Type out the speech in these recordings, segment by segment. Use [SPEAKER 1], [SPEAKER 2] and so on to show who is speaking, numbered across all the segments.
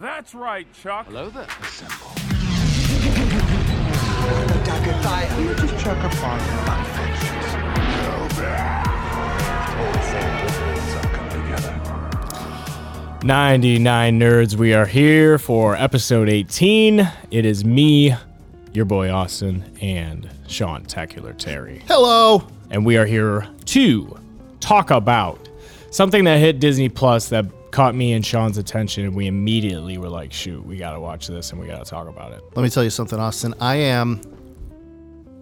[SPEAKER 1] That's right, Chuck.
[SPEAKER 2] Hello there. Assemble.
[SPEAKER 3] You just chuck a fire.
[SPEAKER 4] Ninety-nine nerds. We are here for episode eighteen. It is me, your boy Austin, and Sean Tacular Terry.
[SPEAKER 5] Hello.
[SPEAKER 4] and we are here to talk about something that hit Disney Plus that caught me and Sean's attention, and we immediately were like, "Shoot, we gotta watch this and we gotta talk about it."
[SPEAKER 5] Let me tell you something, Austin. I am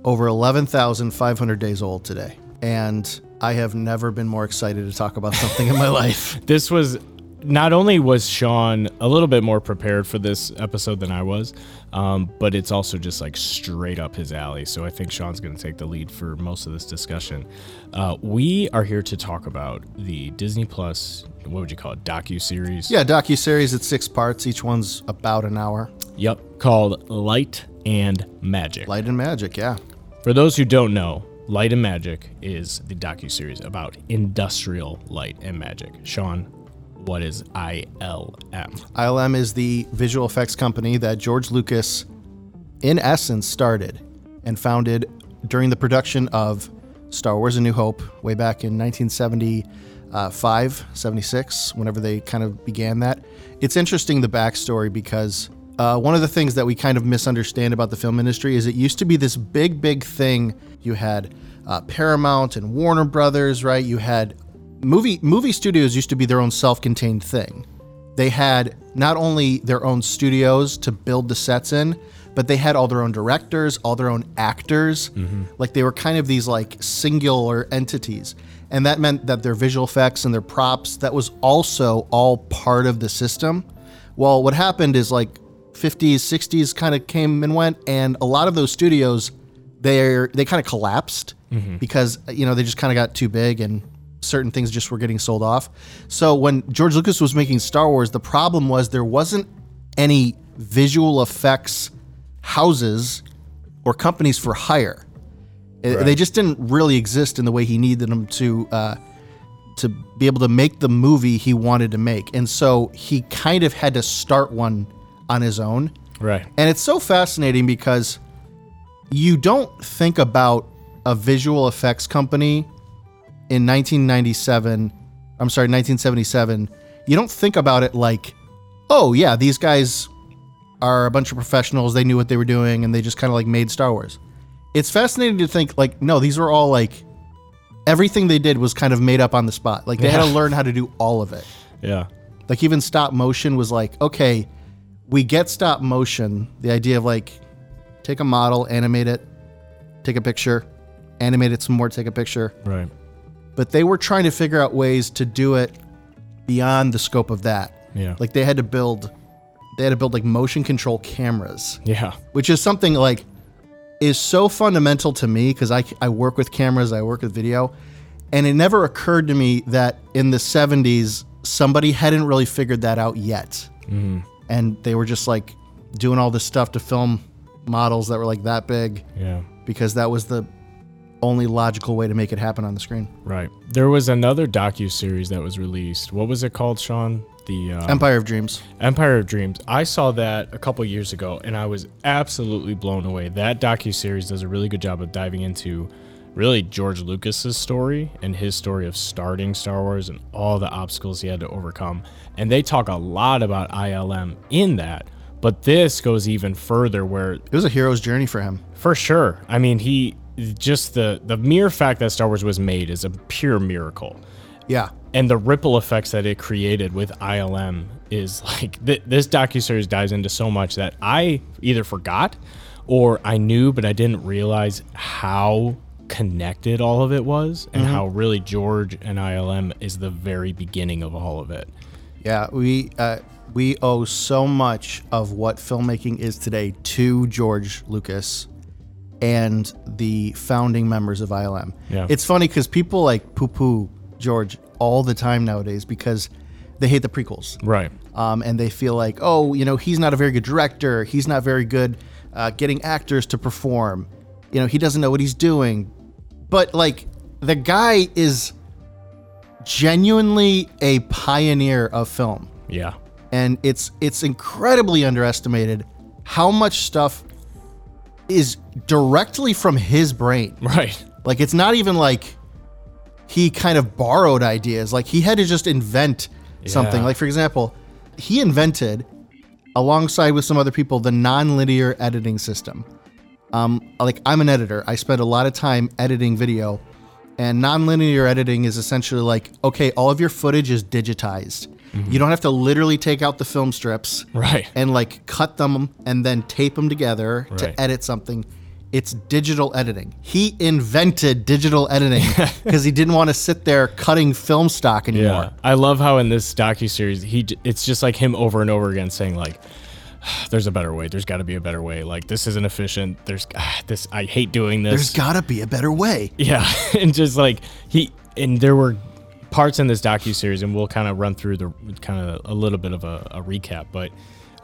[SPEAKER 5] over 11,500 days old today, and I have never been more excited to talk about something in my life.
[SPEAKER 4] This was not only was Sean a little bit more prepared for this episode than I was, um, but it's also just like straight up his alley. So I think Sean's gonna take the lead for most of this discussion. Uh, we are here to talk about the Disney Plus. What would you call it? Docu series.
[SPEAKER 5] Yeah, docu series. It's six parts. Each one's about an hour.
[SPEAKER 4] Yep. Called Light and Magic.
[SPEAKER 5] Light and magic. Yeah.
[SPEAKER 4] For those who don't know, Light and Magic is the docuseries about industrial light and magic. Sean, what is ILM?
[SPEAKER 5] ILM is the visual effects company that George Lucas, in essence, started and founded during the production of Star Wars A New Hope way back in 1975, 76, whenever they kind of began that. It's interesting the backstory because uh, one of the things that we kind of misunderstand about the film industry is it used to be this big, big thing. You had uh, Paramount and Warner Brothers, right? You had movie movie studios used to be their own self-contained thing they had not only their own studios to build the sets in, but they had all their own directors, all their own actors. Like they were kind of these like singular entities. And that meant that their visual effects and their props, that was also all part of the system. Well, what happened is like 50s, 60s kind of came and went, and a lot of those studios they're they kind of collapsed because you know they just kind of got too big and certain things just were getting sold off. So when George Lucas was making Star Wars, the problem was there wasn't any visual effects houses or companies for hire. Uh, They just didn't really exist in the way he needed them to uh, to be able to make the movie he wanted to make. And so he kind of had to start one on his own.
[SPEAKER 4] Right.
[SPEAKER 5] And it's so fascinating because you don't think about a visual effects company in 1997, I'm sorry, 1977. You don't think about it like, oh, yeah, these guys are a bunch of professionals. They knew what they were doing and they just kind of like made Star Wars. It's fascinating to think, like, no, these were all like everything they did was kind of made up on the spot. Like, they had to
[SPEAKER 4] Yeah.
[SPEAKER 5] learn how to do all of it.
[SPEAKER 4] Yeah.
[SPEAKER 5] Like even stop motion was like, okay, we get stop motion. The idea of like, take a model, animate it, take a picture, animate it some more, take a picture.
[SPEAKER 4] Right.
[SPEAKER 5] But they were trying to figure out ways to do it beyond the scope of that.
[SPEAKER 4] Yeah.
[SPEAKER 5] Like they had to build, they had to build like motion control cameras
[SPEAKER 4] Yeah.
[SPEAKER 5] which is something like is so fundamental to me because I, I work with cameras, I work with video, and it never occurred to me that in the 70s, somebody hadn't really figured that out yet. And they were just like doing all this stuff to film models that were like that big
[SPEAKER 4] Yeah.
[SPEAKER 5] because that was the only logical way to make it happen on the screen.
[SPEAKER 4] Right. There was another docu series that was released. What was it called, Sean? The um,
[SPEAKER 5] Empire of Dreams.
[SPEAKER 4] Empire of Dreams. I saw that a couple years ago and I was absolutely blown away. That docuseries does a really good job of diving into really George Lucas's story and his story of starting Star Wars and all the obstacles he had to overcome. And they talk a lot about ILM in that, but this goes even further where
[SPEAKER 5] It was a hero's journey for him.
[SPEAKER 4] for sure. I mean, he just the the mere fact that Star Wars was made is a pure miracle
[SPEAKER 5] Yeah.
[SPEAKER 4] and the ripple effects that it created with ILM is like th- this docuseries dives into so much that I either forgot or I knew but I didn't realize how connected all of it was and how really George and ILM is the very beginning of all of it.
[SPEAKER 5] Yeah, we uh, we owe so much of what filmmaking is today to George Lucas and the founding members of ILM.
[SPEAKER 4] Yeah.
[SPEAKER 5] It's funny because people like poo poo George all the time nowadays because they hate the prequels
[SPEAKER 4] Right.
[SPEAKER 5] um, and they feel like, oh, you know, he's not a very good director. He's not very good uh, getting actors to perform. You know, he doesn't know what he's doing. But like, the guy is genuinely a pioneer of film.
[SPEAKER 4] Yeah.
[SPEAKER 5] and it's it's incredibly underestimated how much stuff is directly from his brain.
[SPEAKER 4] Right.
[SPEAKER 5] Like it's not even like he kind of borrowed ideas. Like he had to just invent something.
[SPEAKER 4] Yeah.
[SPEAKER 5] Like for example, he invented alongside with some other people the nonlinear editing system. Um, like I'm an editor. I spend a lot of time editing video, and nonlinear editing is essentially like okay, all of your footage is digitized. You don't have to literally take out the film strips
[SPEAKER 4] Mm-hmm. Right.
[SPEAKER 5] and like cut them and then tape them together
[SPEAKER 4] Right.
[SPEAKER 5] to edit something. It's digital editing. He invented digital editing because he didn't want to sit there cutting film stock anymore.
[SPEAKER 4] Yeah, I love how in this docu series he j- it's just like him over and over again saying like, "There's a better way. There's got to be a better way. Like this isn't efficient. There's ah, this. I hate doing this.
[SPEAKER 5] There's got to be a better way.
[SPEAKER 4] yeah, and just like he and there were parts in this docu series, and we'll kind of run through the kind of a little bit of a, a recap, but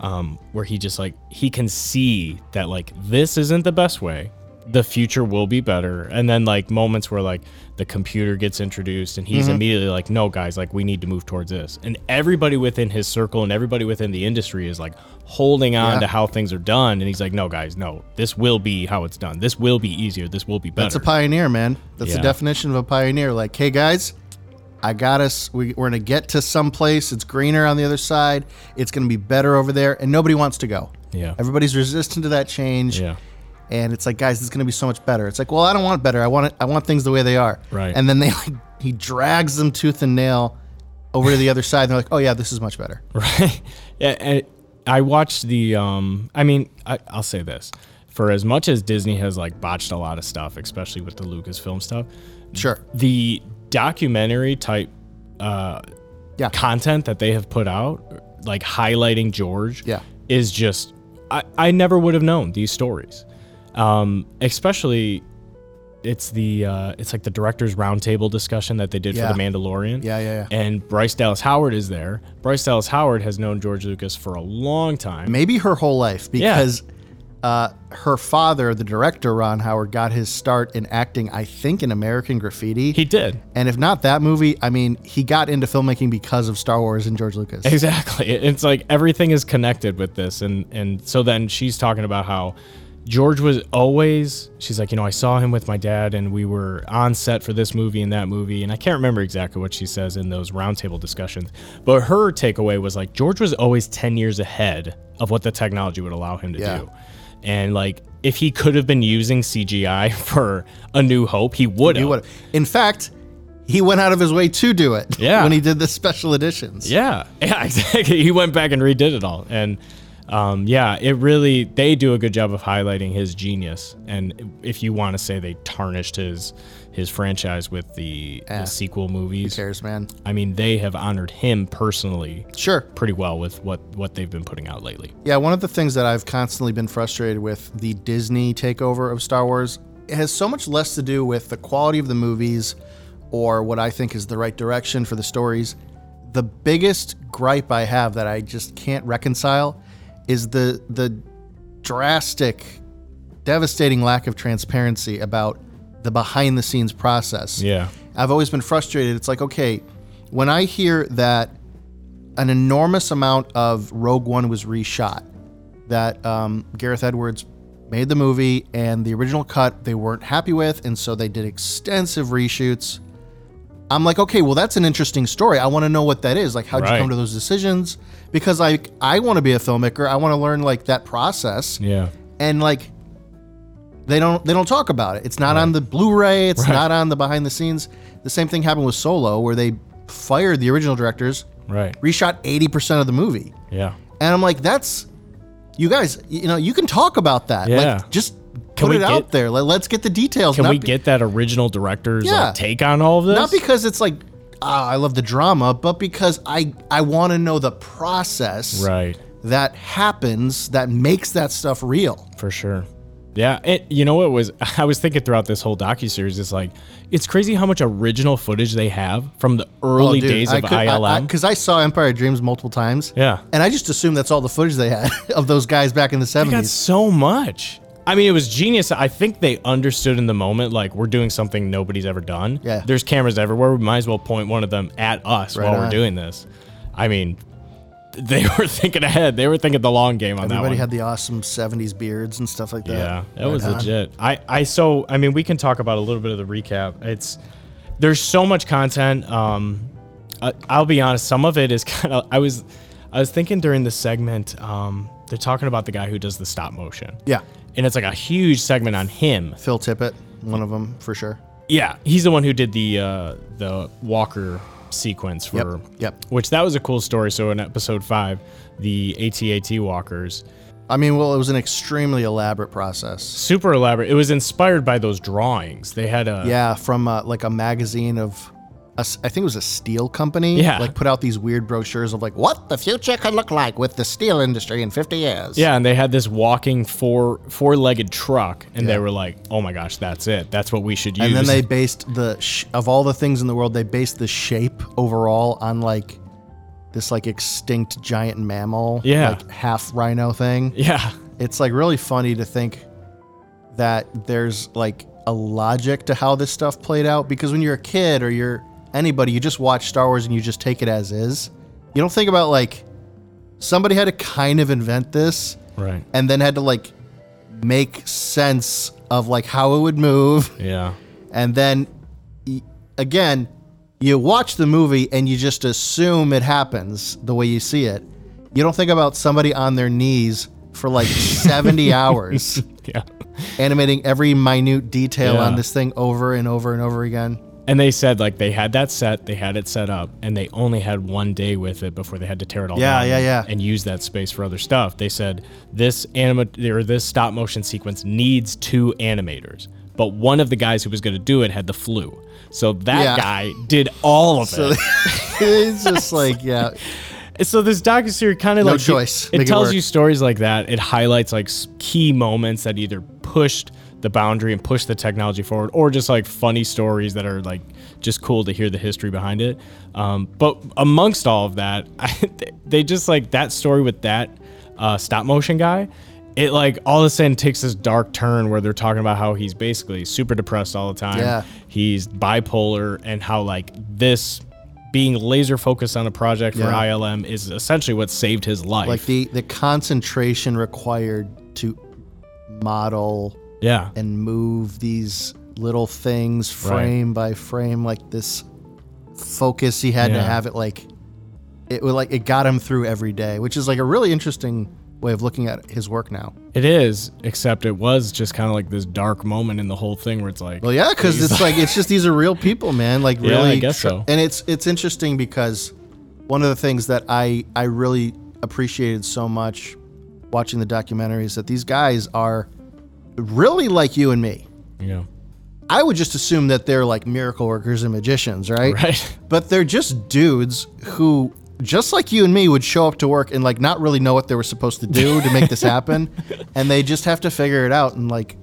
[SPEAKER 4] um, where he just like he can see that like this isn't the best way. The future will be better, and then like moments where like the computer gets introduced, and he's
[SPEAKER 5] Mm-hmm.
[SPEAKER 4] immediately like, "No, guys, like we need to move towards this." And everybody within his circle and everybody within the industry is like holding on
[SPEAKER 5] Yeah.
[SPEAKER 4] to how things are done, and he's like, "No, guys, no, this will be how it's done. This will be easier. This will be better."
[SPEAKER 5] That's a pioneer, man. That's the
[SPEAKER 4] Yeah.
[SPEAKER 5] definition of a pioneer. Like, hey guys, I got us. We, we're gonna get to some place. It's greener on the other side. It's gonna be better over there, and nobody wants to go.
[SPEAKER 4] Yeah.
[SPEAKER 5] Everybody's resistant to that change.
[SPEAKER 4] Yeah.
[SPEAKER 5] and it's like guys this is going to be so much better it's like well i don't want better i want it i want things the way they are
[SPEAKER 4] Right.
[SPEAKER 5] and then they like he drags them tooth and nail over to the other side and they're like oh yeah this is much better
[SPEAKER 4] Right. Yeah, and I watched the. Um, I mean, I, I'll say this: for as much as Disney has like botched a lot of stuff, especially with the Lucasfilm stuff,
[SPEAKER 5] sure
[SPEAKER 4] the documentary type uh,
[SPEAKER 5] Yeah.
[SPEAKER 4] content that they have put out, like highlighting George,
[SPEAKER 5] Yeah.
[SPEAKER 4] is just I, I never would have known these stories. Um, especially it's the uh, it's like the director's roundtable discussion that they did
[SPEAKER 5] Yeah.
[SPEAKER 4] for the Mandalorian.
[SPEAKER 5] Yeah, yeah, yeah.
[SPEAKER 4] And Bryce Dallas Howard is there. Bryce Dallas Howard has known George Lucas for a long time.
[SPEAKER 5] maybe her whole life because uh, her father the director ron howard got his start in acting i think in american graffiti
[SPEAKER 4] He did.
[SPEAKER 5] and if not that movie i mean he got into filmmaking because of star wars and george lucas
[SPEAKER 4] Exactly. It- It's like everything is connected with this, and and so then she's talking about how George was always. She's like, you know, I saw him with my dad, and we were on set for this movie and that movie, and I can't remember exactly what she says in those roundtable discussions. But her takeaway was like George was always ten years ahead of what the technology would allow him to
[SPEAKER 5] Yeah.
[SPEAKER 4] do, and like if he could have been using CGI for A New Hope, he would
[SPEAKER 5] You
[SPEAKER 4] have.
[SPEAKER 5] would. In fact, he went out of his way to do it.
[SPEAKER 4] Yeah.
[SPEAKER 5] When he did the special editions.
[SPEAKER 4] Yeah, yeah, exactly. He went back and redid it all, and um, yeah, it really they do a good job of highlighting his genius. And if you want to say they tarnished his his franchise with the, the sequel movies,
[SPEAKER 5] Cares, man.
[SPEAKER 4] I mean they have honored him personally
[SPEAKER 5] Sure.
[SPEAKER 4] pretty well with what what they've been putting out lately.
[SPEAKER 5] Yeah, one of the things that I've constantly been frustrated with the Disney takeover of Star Wars it has so much less to do with the quality of the movies or what I think is the right direction for the stories. The biggest gripe I have that I just can't reconcile is the the drastic devastating lack of transparency about the behind the scenes process.
[SPEAKER 4] Yeah,
[SPEAKER 5] I've always been frustrated. It's like, okay, when I hear that an enormous amount of Rogue One was reshot, that um, Gareth Edwards made the movie and the original cut they weren't happy with, and so they did extensive reshoots. I'm like, okay, well, that's an interesting story. I want to know what that is. Like, how'd you
[SPEAKER 4] Right.
[SPEAKER 5] come to those decisions? Because like, I want to be a filmmaker. I want to learn like that process
[SPEAKER 4] yeah,
[SPEAKER 5] and like they don't they don't talk about it. It's not on the Blu-ray. It's not on the behind the scenes. The same thing happened with Solo, where they fired the original directors,
[SPEAKER 4] right,
[SPEAKER 5] reshot eighty percent of the movie,
[SPEAKER 4] yeah.
[SPEAKER 5] and I'm like, that's you guys. You know, you can talk about that.
[SPEAKER 4] Yeah.
[SPEAKER 5] Like, just
[SPEAKER 4] Can
[SPEAKER 5] put
[SPEAKER 4] we
[SPEAKER 5] it out
[SPEAKER 4] get-
[SPEAKER 5] there. Let, let's get the details.
[SPEAKER 4] Can
[SPEAKER 5] not
[SPEAKER 4] we
[SPEAKER 5] be-
[SPEAKER 4] get that original director's like,
[SPEAKER 5] Yeah.
[SPEAKER 4] take on all of this?
[SPEAKER 5] not because it's like ah, I love the drama, but because I I want to know the process
[SPEAKER 4] right.
[SPEAKER 5] that happens that makes that stuff real.
[SPEAKER 4] for sure. Yeah, it, you know what was I was thinking throughout this whole docu series is like it's crazy how much original footage they have from the
[SPEAKER 5] Oh,
[SPEAKER 4] early days of ILM.
[SPEAKER 5] Because I, saw Empire of Dreams multiple times.
[SPEAKER 4] Yeah.
[SPEAKER 5] And I just assumed that's all the footage they had of those guys back in the
[SPEAKER 4] they got
[SPEAKER 5] 70s.
[SPEAKER 4] so much. I mean, it was genius. I think they understood in the moment like we're doing something nobody's ever done.
[SPEAKER 5] Yeah.
[SPEAKER 4] there's cameras everywhere. We might as well point one of them at us while
[SPEAKER 5] on.
[SPEAKER 4] we're doing this. I mean, they were thinking ahead. They were thinking the long game on that
[SPEAKER 5] Everybody
[SPEAKER 4] one.
[SPEAKER 5] had the awesome 70s beards and stuff like that.
[SPEAKER 4] Yeah, that
[SPEAKER 5] Right
[SPEAKER 4] was
[SPEAKER 5] on.
[SPEAKER 4] legit. I, I so I mean we can talk about a little bit of the recap. It's there's so much content. Um, I, I'll be honest, some of it is kind of I was I was thinking during the segment. Um, they're talking about the guy who does the stop motion.
[SPEAKER 5] Yeah.
[SPEAKER 4] and it's like a huge segment on him.
[SPEAKER 5] Phil Tippett, one of them for sure.
[SPEAKER 4] Yeah, he's the one who did the uh, the Walker sequence for
[SPEAKER 5] Yep, yep.
[SPEAKER 4] which that was a cool story. So in episode five, the ATAT walkers.
[SPEAKER 5] I mean, well, it was an extremely elaborate process.
[SPEAKER 4] super elaborate. It was inspired by those drawings. They had a
[SPEAKER 5] Yeah, from uh, like a magazine of, a s- I think it was a steel company.
[SPEAKER 4] Yeah.
[SPEAKER 5] Like put out these weird brochures of like what the future could look like with the steel industry in 50 years.
[SPEAKER 4] yeah, and they had this walking four four legged truck, and they
[SPEAKER 5] Yeah.
[SPEAKER 4] were like, "Oh my gosh, that's it. That's what we should use."
[SPEAKER 5] And then they based the sh- of all the things in the world, they based the shape overall on like this like extinct giant mammal,
[SPEAKER 4] Yeah.
[SPEAKER 5] like half rhino thing.
[SPEAKER 4] yeah,
[SPEAKER 5] it's like really funny to think that there's like a logic to how this stuff played out because when you're a kid or you're anybody you just watch Star Wars and you just take it as is. You don't think about like somebody had to kind of invent this
[SPEAKER 4] right,
[SPEAKER 5] and then had to like make sense of like how it would move
[SPEAKER 4] yeah,
[SPEAKER 5] and then y- again you watch the movie and you just assume it happens the way you see it you don't think about somebody on their knees for like 70 hours
[SPEAKER 4] yeah.
[SPEAKER 5] animating every minute detail
[SPEAKER 4] Yeah.
[SPEAKER 5] on this thing over and over and over again
[SPEAKER 4] And they said like they had that set, they had it set up, and they only had one day with it before they had to tear it all
[SPEAKER 5] Yeah,
[SPEAKER 4] down
[SPEAKER 5] yeah,
[SPEAKER 4] and-
[SPEAKER 5] yeah.
[SPEAKER 4] and use that space for other stuff. They said this anima or this stop motion sequence needs two animators, but one of the guys who was going to do it had the flu, so that
[SPEAKER 5] Yeah.
[SPEAKER 4] guy did all of it.
[SPEAKER 5] it's just like yeah
[SPEAKER 4] So this docuseries kind of
[SPEAKER 5] No
[SPEAKER 4] like
[SPEAKER 5] choice.
[SPEAKER 4] It,
[SPEAKER 5] Make it
[SPEAKER 4] tells
[SPEAKER 5] work.
[SPEAKER 4] you stories like that. It highlights like s- key moments that either pushed the boundary and pushed the technology forward, or just like funny stories that are like just cool to hear the history behind it. Um, but amongst all of that, I, they just like that story with that uh, stop motion guy. It like all of a sudden takes this dark turn where they're talking about how he's basically super depressed all the time.
[SPEAKER 5] Yeah.
[SPEAKER 4] He's bipolar and how like this being laser focused on a project for
[SPEAKER 5] Yeah.
[SPEAKER 4] ILM is essentially what saved his life.
[SPEAKER 5] like the the concentration required to model
[SPEAKER 4] yeah.
[SPEAKER 5] and move these little things frame by frame like this focus he had to
[SPEAKER 4] Yeah.
[SPEAKER 5] have it like it was like it got him through every day which is like a really interesting way of looking at his work now
[SPEAKER 4] It is, except it was just kind of like this dark moment in the whole thing where it's like,
[SPEAKER 5] well yeah because it's like it's just these are real people man like really
[SPEAKER 4] Yeah, I guess
[SPEAKER 5] tr-
[SPEAKER 4] so.
[SPEAKER 5] and it's it's interesting because one of the things that i i really appreciated so much watching the documentary is that these guys are really like you and me
[SPEAKER 4] you know,
[SPEAKER 5] i would just assume that they're like miracle workers and magicians right
[SPEAKER 4] right?
[SPEAKER 5] but they're just dudes who just like you and me would show up to work and like not really know what they were supposed to do to make this happen and they just have to figure it out and like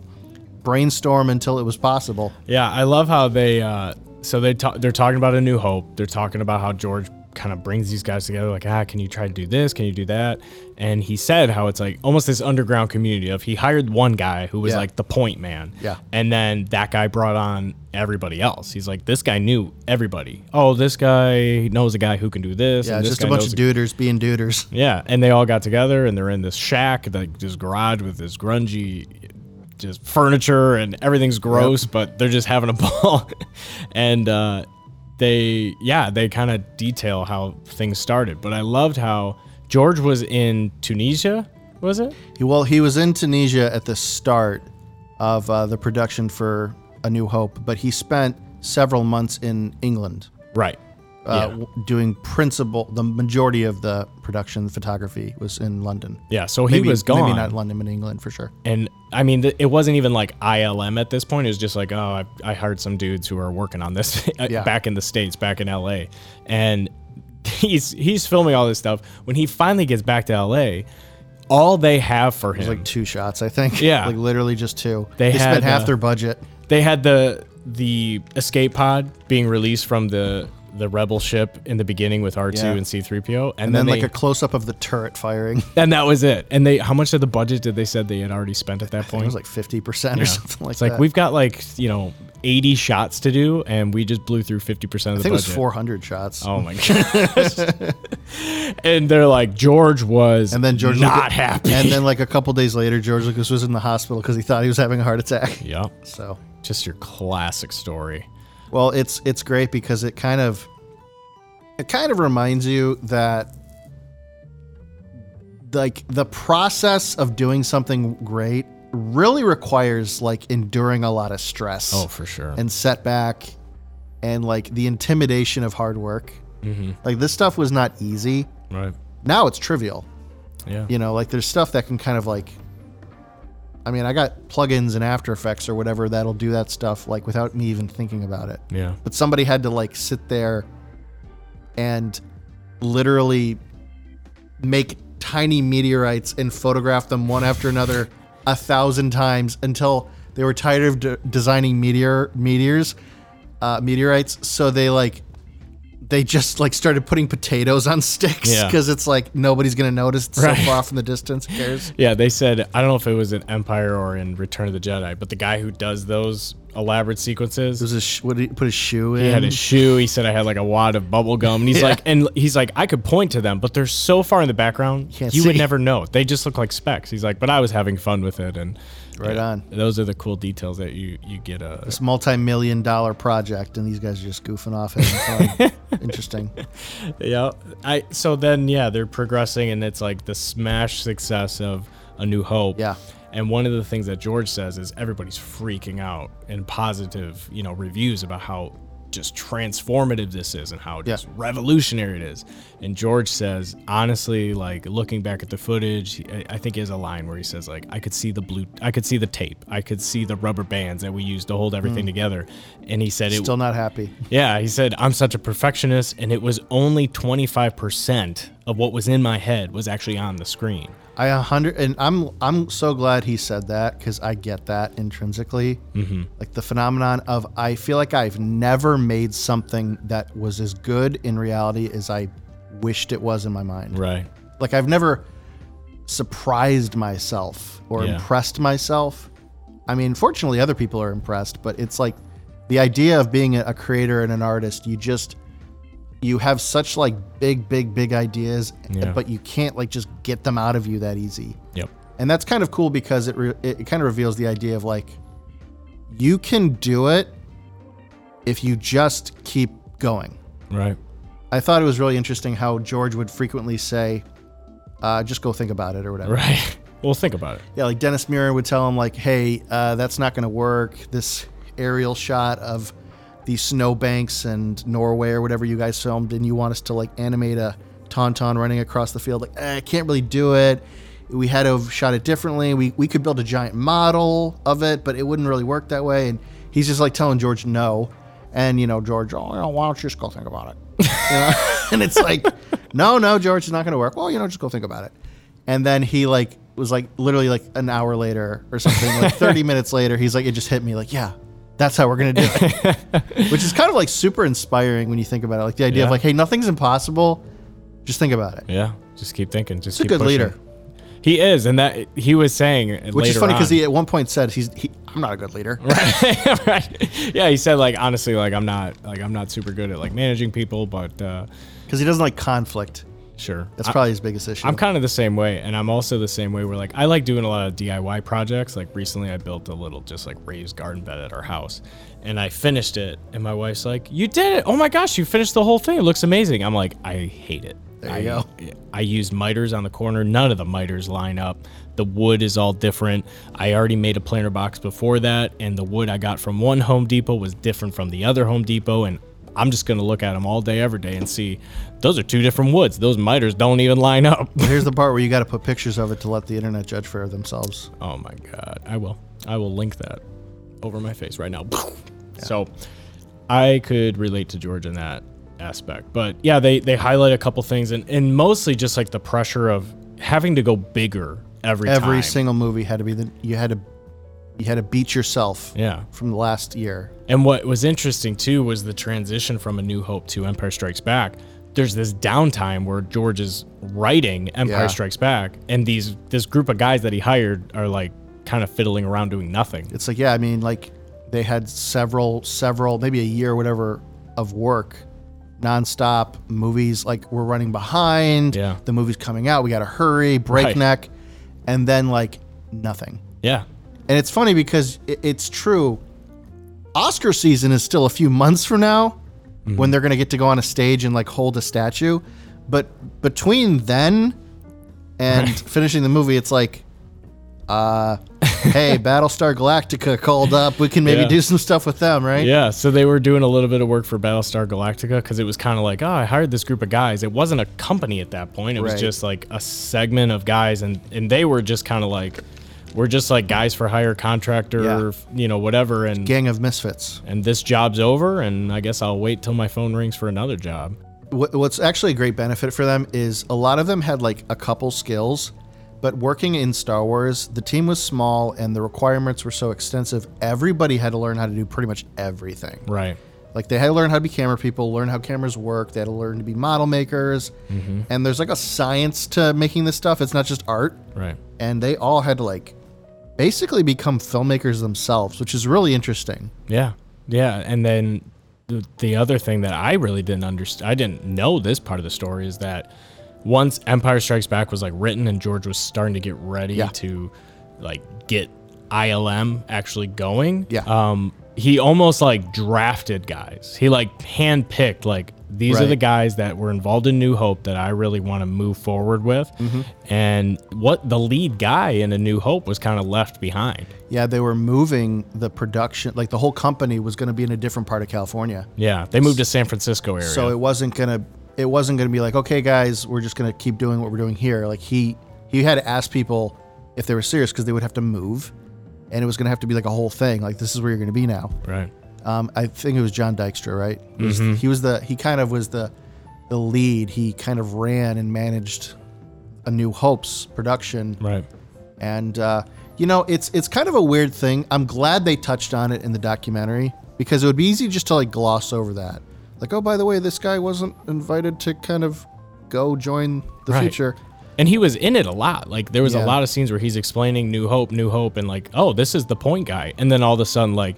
[SPEAKER 5] brainstorm until it was possible
[SPEAKER 4] Yeah, I love how they. Uh, so they ta- they're talking about a new hope. They're talking about how George kind of brings these guys together. Like, ah, can you try to do this? Can you do that? And he said how it's like almost this underground community of he hired one guy who was
[SPEAKER 5] Yeah.
[SPEAKER 4] like the point man.
[SPEAKER 5] Yeah.
[SPEAKER 4] And then that guy brought on everybody else. He's like, this guy knew everybody. Oh, this guy knows a guy who can do this.
[SPEAKER 5] yeah
[SPEAKER 4] and this
[SPEAKER 5] just a
[SPEAKER 4] guy
[SPEAKER 5] bunch
[SPEAKER 4] knows
[SPEAKER 5] of duders being duders
[SPEAKER 4] yeah, and they all got together and they're in this shack, like this garage with this grungy just furniture and everything's gross, but they're just having a ball. and uh, they yeah, they kind of detail how things started. But I loved how George was in Tunisia, was it?
[SPEAKER 5] He- well he was in tunisia at the start of uh, the production for a new hope but he spent several months in england
[SPEAKER 4] Right.
[SPEAKER 5] uh,
[SPEAKER 4] yeah.
[SPEAKER 5] w doing principal the majority of the production photography was in london
[SPEAKER 4] Yeah, so he
[SPEAKER 5] maybe,
[SPEAKER 4] was gone.
[SPEAKER 5] maybe not london but england for sure
[SPEAKER 4] and I mean, th- it wasn't even like ILM at this point. It was just like, oh, I, I hired some dudes who are working on this
[SPEAKER 5] Yeah.
[SPEAKER 4] back in the states, back in LA, and he's he's filming all this stuff. When he finally gets back to LA, all they have for him,
[SPEAKER 5] like two shots, I think.
[SPEAKER 4] Yeah.
[SPEAKER 5] like literally just two.
[SPEAKER 4] They
[SPEAKER 5] They,
[SPEAKER 4] had,
[SPEAKER 5] spent half
[SPEAKER 4] uh,
[SPEAKER 5] their budget.
[SPEAKER 4] they had the the escape pod being released from the the rebel ship in the beginning with R two
[SPEAKER 5] Yeah.
[SPEAKER 4] and C three PO, and,
[SPEAKER 5] And
[SPEAKER 4] then,
[SPEAKER 5] then like
[SPEAKER 4] they-
[SPEAKER 5] a close up of the turret firing. it
[SPEAKER 4] and that was it. And they how much of the budget did they said they had already spent at that point?
[SPEAKER 5] was like fifty percent or something like
[SPEAKER 4] it's like
[SPEAKER 5] that.
[SPEAKER 4] we've got like you know 80 shots to do and we just blew through 50% of the
[SPEAKER 5] I think it was
[SPEAKER 4] budget
[SPEAKER 5] four hundred shots.
[SPEAKER 4] oh my gosh and they're like George was
[SPEAKER 5] And then George
[SPEAKER 4] not
[SPEAKER 5] Lucas-
[SPEAKER 4] happy.
[SPEAKER 5] And then like a couple days later, George Lucas was in the hospital because he thought he was having a heart attack.
[SPEAKER 4] yeah,
[SPEAKER 5] So,
[SPEAKER 4] just your classic story.
[SPEAKER 5] well, it's it's great because it kind of it kind of reminds you that like the process of doing something great really requires like enduring a lot of stress
[SPEAKER 4] Oh, for sure.
[SPEAKER 5] and setback and like the intimidation of hard work.
[SPEAKER 4] Mm-hmm.
[SPEAKER 5] Like this stuff was not easy.
[SPEAKER 4] right.
[SPEAKER 5] Now it's trivial.
[SPEAKER 4] Yeah.
[SPEAKER 5] you know like there's stuff that can kind of like i mean i got plugins and after effects or whatever that'll do that stuff like without me even thinking about it
[SPEAKER 4] Yeah.
[SPEAKER 5] but somebody had to like sit there and literally make tiny meteorites and photograph them one after another a thousand times until they were tired of de- designing meteor meteors uh, meteorites so they like they just like started putting potatoes on sticks
[SPEAKER 4] Yeah.
[SPEAKER 5] because it's like nobody's gonna notice it's
[SPEAKER 4] Right.
[SPEAKER 5] so far off in the distance who cares
[SPEAKER 4] Yeah, they said I don't know if it was in Empire or in Return of the Jedi, but the guy who does those elaborate sequences,
[SPEAKER 5] it was a sh- what did he put his shoe in
[SPEAKER 4] he had a shoe. He said I had like a wad of bubble gum. And he's
[SPEAKER 5] Yeah.
[SPEAKER 4] like, and he's like, I could point to them, but they're so far in the background,
[SPEAKER 5] Can't
[SPEAKER 4] you would
[SPEAKER 5] see.
[SPEAKER 4] never know. They just look like specks. He's like, but I was having fun with it, and
[SPEAKER 5] Right on.
[SPEAKER 4] Those are the cool details that you you get. uh, A
[SPEAKER 5] this multi-million dollar project and these guys are just goofing off having fun interesting
[SPEAKER 4] yeah. I so then yeah, they're progressing, and it's like the smash success of A New Hope.
[SPEAKER 5] Yeah.
[SPEAKER 4] And one of the things that George says is everybody's freaking out and positive, you know, reviews about how just transformative this is and how just revolutionary it is. And George says, honestly, like looking back at the footage, he- I I think he has a line where he says, like, I could see the blue, I could see the tape, I could see the rubber bands that we used to hold everything together. And he said, it,
[SPEAKER 5] Hmm. still not happy
[SPEAKER 4] yeah, he said, I'm such a perfectionist, and it was only 25% of what was in my head was actually on the screen.
[SPEAKER 5] I a hundred, and I'm I'm so glad he said that because I get that intrinsically, mm-hmm. like the phenomenon of I feel like I've never made something that was as good in reality as I wished it was in my mind.
[SPEAKER 4] Right.
[SPEAKER 5] Like I've never surprised myself or
[SPEAKER 4] Yeah.
[SPEAKER 5] impressed myself. I mean, fortunately, other people are impressed, but it's like the idea of being a- a creator and an artist. You just you have such like big, big, big ideas,
[SPEAKER 4] Yeah.
[SPEAKER 5] but you can't like just get them out of you that easy
[SPEAKER 4] Yep.
[SPEAKER 5] and that's kind of cool because it re- it kind of reveals the idea of like you can do it if you just keep going.
[SPEAKER 4] Right.
[SPEAKER 5] I thought it was really interesting how George would frequently say, uh, "Just go think about it" or whatever.
[SPEAKER 4] Right. Well, think about it.
[SPEAKER 5] Yeah, like Dennis Muir would tell him like, "Hey, uh, that's not going to work. This aerial shot of the snowbanks and Norway or whatever you guys filmed, and you want us to like animate a tauntaun running across the field. Like, eh, I can't really do it. We had to have shot it differently. We we could build a giant model of it, but it wouldn't really work that way." And he's just like telling George no, and you know George, oh, well, why don't you just go think about it? You know? and it's like, no, no, George, it's not going to work. Well, you know, just go think about it. And then he like was like literally like an hour later or something, like 30 minutes later, he's like, it just hit me like, yeah, that's how we're going to do it. Which is kind of like super inspiring when you think about it. Like the idea
[SPEAKER 4] Yeah.
[SPEAKER 5] of like, hey, nothing's impossible. Just think about it.
[SPEAKER 4] Yeah. Just keep thinking. Just
[SPEAKER 5] He's a
[SPEAKER 4] keep
[SPEAKER 5] good
[SPEAKER 4] pushing.
[SPEAKER 5] leader,
[SPEAKER 4] He is, and that he was saying.
[SPEAKER 5] which is
[SPEAKER 4] later
[SPEAKER 5] funny because
[SPEAKER 4] on-
[SPEAKER 5] he at one point said he's he, I'm not a good leader.
[SPEAKER 4] right. Yeah, he said like honestly, like I'm not like I'm not super good at like managing people, but uh,
[SPEAKER 5] Because he doesn't like conflict.
[SPEAKER 4] sure.
[SPEAKER 5] That's probably his biggest issue.
[SPEAKER 4] I'm kind of the same way, and I'm also the same way. Where like I like doing a lot of DIY projects. Like recently, I built a little just like raised garden bed at our house, and I finished it. And my wife's like, "You did it! Oh my gosh, you finished the whole thing! It looks amazing!" I'm like, "I hate it."
[SPEAKER 5] There you
[SPEAKER 4] I, I used miters on the corner. None of the miters line up. The wood is all different. I already made a planter box before that, and the wood I got from one Home Depot was different from the other Home Depot, and I'm just gonna look at them all day, every day, and see those are two different woods. Those miters don't even line up.
[SPEAKER 5] Here's the part where you got to put pictures of it to let the internet judge for themselves.
[SPEAKER 4] Oh my god. I will. I will link that over my face right now. So I could relate to George in that aspect. But yeah, they they highlight a couple things and, and mostly just like the pressure of having to go bigger every
[SPEAKER 5] Every
[SPEAKER 4] time.
[SPEAKER 5] single movie had to be the you had to you had to beat yourself
[SPEAKER 4] Yeah.
[SPEAKER 5] from the last year.
[SPEAKER 4] And what was interesting too was the transition from A New Hope to Empire Strikes Back. There's this downtime where George is writing Empire
[SPEAKER 5] Yeah.
[SPEAKER 4] Strikes Back, and these this group of guys that he hired are like kind of fiddling around doing nothing.
[SPEAKER 5] It's like yeah, I mean like they had several several maybe a year or whatever of work nonstop. Movies like we're running behind.
[SPEAKER 4] Yeah.
[SPEAKER 5] The movie's coming out. We got to hurry, breakneck, and then like nothing.
[SPEAKER 4] Yeah.
[SPEAKER 5] And it's funny because i- it's true. Oscar season is still a few months from now
[SPEAKER 4] Mm-hmm.
[SPEAKER 5] when they're going to get to go on a stage and like hold a statue. But between then and finishing the movie, it's like, uh, hey, Battlestar Galactica called up. We can maybe
[SPEAKER 4] Yeah.
[SPEAKER 5] do some stuff with them, right?
[SPEAKER 4] Yeah, so they were doing a little bit of work for Battlestar Galactica because it was kind of like, oh, I hired this group of guys. It wasn't a company at that point. It
[SPEAKER 5] Right.
[SPEAKER 4] was just like a segment of guys, and and they were just kind of like, we're just like guys for hire, contractor,
[SPEAKER 5] Yeah.
[SPEAKER 4] you know, whatever. And
[SPEAKER 5] Gang of Misfits.
[SPEAKER 4] and this job's over, and I guess I'll wait till my phone rings for another job.
[SPEAKER 5] What, what's actually a great benefit for them is a lot of them had like a couple skills, but working in Star Wars, the team was small and the requirements were so extensive. Everybody had to learn how to do pretty much everything.
[SPEAKER 4] Right.
[SPEAKER 5] Like they had to learn how to be camera people, learn how cameras work. They had to learn to be model makers, and there's like a science to making this stuff. It's not just art.
[SPEAKER 4] Right.
[SPEAKER 5] And they all had to like basically become filmmakers themselves, which is really interesting.
[SPEAKER 4] Yeah. Yeah. And then the, the other thing that I really didn't understand, I didn't know this part of the story is that once Empire Strikes Back was like written and George was starting to get ready
[SPEAKER 5] Yeah.
[SPEAKER 4] to like get ILM actually going.
[SPEAKER 5] Yeah.
[SPEAKER 4] Um, he almost like drafted guys. He like handpicked like these are
[SPEAKER 5] Right.
[SPEAKER 4] the guys that were involved in New Hope that I really want to move forward with.
[SPEAKER 5] Mm-hmm.
[SPEAKER 4] And what the lead guy in A New Hope was kind of left behind.
[SPEAKER 5] Yeah, they were moving the production, like the whole company was going to be in a different part of California.
[SPEAKER 4] Yeah, they moved to San Francisco area.
[SPEAKER 5] So it wasn't gonna it wasn't gonna be like, okay, guys, we're just gonna keep doing what we're doing here. Like he he had to ask people if they were serious because they would have to move, and it was gonna have to be like a whole thing. Like this is where you're gonna be now.
[SPEAKER 4] right.
[SPEAKER 5] Um, I think it was John Dykstra, right? He was, he was the he kind of was the the lead. He kind of ran and managed a New Hope's production,
[SPEAKER 4] Right.
[SPEAKER 5] and uh, you know it's it's kind of a weird thing. I'm glad they touched on it in the documentary because it would be easy just to like gloss over that. Like, oh, by the way, this guy wasn't invited to kind of go join the
[SPEAKER 4] Right.
[SPEAKER 5] future.
[SPEAKER 4] And he was in it a lot. Like there was
[SPEAKER 5] Yeah.
[SPEAKER 4] a lot of scenes where he's explaining New Hope, New Hope, and like, oh, this is the point guy. And then all of a sudden, like,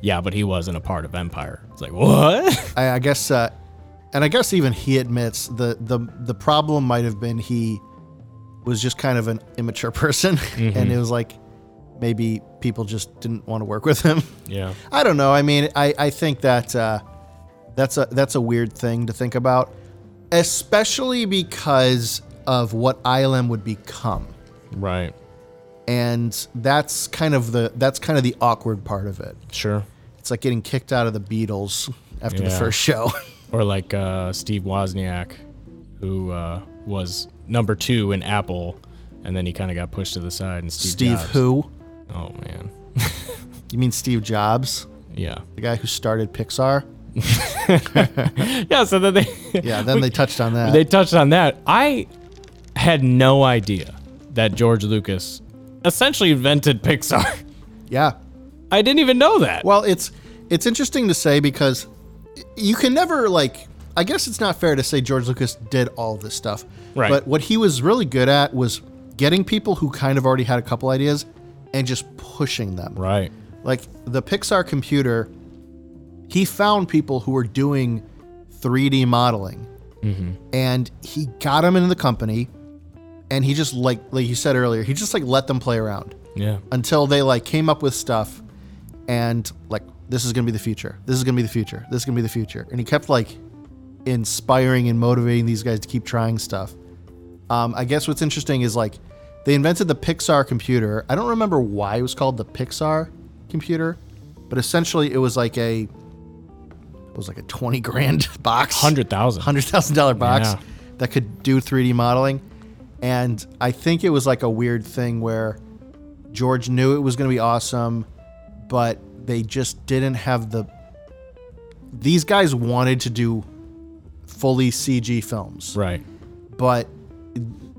[SPEAKER 4] yeah, but he wasn't a part of Empire. It's like, what?
[SPEAKER 5] I, I guess, uh, and I guess even he admits the the the problem might have been he was just kind of an immature person, and it was like maybe people just didn't want to work with him.
[SPEAKER 4] yeah.
[SPEAKER 5] I don't know. I mean, I, I think that uh, that's a that's a weird thing to think about, especially because of what ILM would become,
[SPEAKER 4] Right.
[SPEAKER 5] and that's kind of the that's kind of the awkward part of it.
[SPEAKER 4] Sure.
[SPEAKER 5] It's like getting kicked out of the Beatles after the
[SPEAKER 4] Yeah.
[SPEAKER 5] first show.
[SPEAKER 4] Or like uh, Steve Wozniak, who uh, was number two in Apple, and then he kind of got pushed to the side. And Steve.
[SPEAKER 5] Steve
[SPEAKER 4] Jobs-
[SPEAKER 5] who?
[SPEAKER 4] Oh man.
[SPEAKER 5] You mean Steve Jobs,
[SPEAKER 4] Yeah.
[SPEAKER 5] the guy who started Pixar?
[SPEAKER 4] Yeah. So then they.
[SPEAKER 5] Yeah. Then they touched on that.
[SPEAKER 4] they touched on that. I had no idea that George Lucas essentially invented Pixar.
[SPEAKER 5] yeah.
[SPEAKER 4] I didn't even know that.
[SPEAKER 5] Well, it's it's interesting to say because you can never like. I guess it's not fair to say George Lucas did all this stuff,
[SPEAKER 4] Right.
[SPEAKER 5] But what he was really good at was getting people who kind of already had a couple ideas and just pushing them.
[SPEAKER 4] right.
[SPEAKER 5] Like the Pixar computer, he found people who were doing 3D modeling,
[SPEAKER 4] Mm-hmm.
[SPEAKER 5] and he got them into the company, and he just like like you said earlier, he just like let them play around
[SPEAKER 4] Yeah.
[SPEAKER 5] until they like came up with stuff and like this is gonna be the future this is gonna be the future this is gonna be the future and he kept like inspiring and motivating these guys to keep trying stuff um, i guess what's interesting is like they invented the pixar computer i don't remember why it was called the pixar computer but essentially it was like a it was like a 20 grand box
[SPEAKER 4] Hundred thousand.
[SPEAKER 5] hundred thousand dollar box
[SPEAKER 4] Yeah.
[SPEAKER 5] that could do 3D modeling, and I think it was like a weird thing where George knew it was going to be awesome, but they just didn't have the. These guys wanted to do fully CG films,
[SPEAKER 4] Right.
[SPEAKER 5] but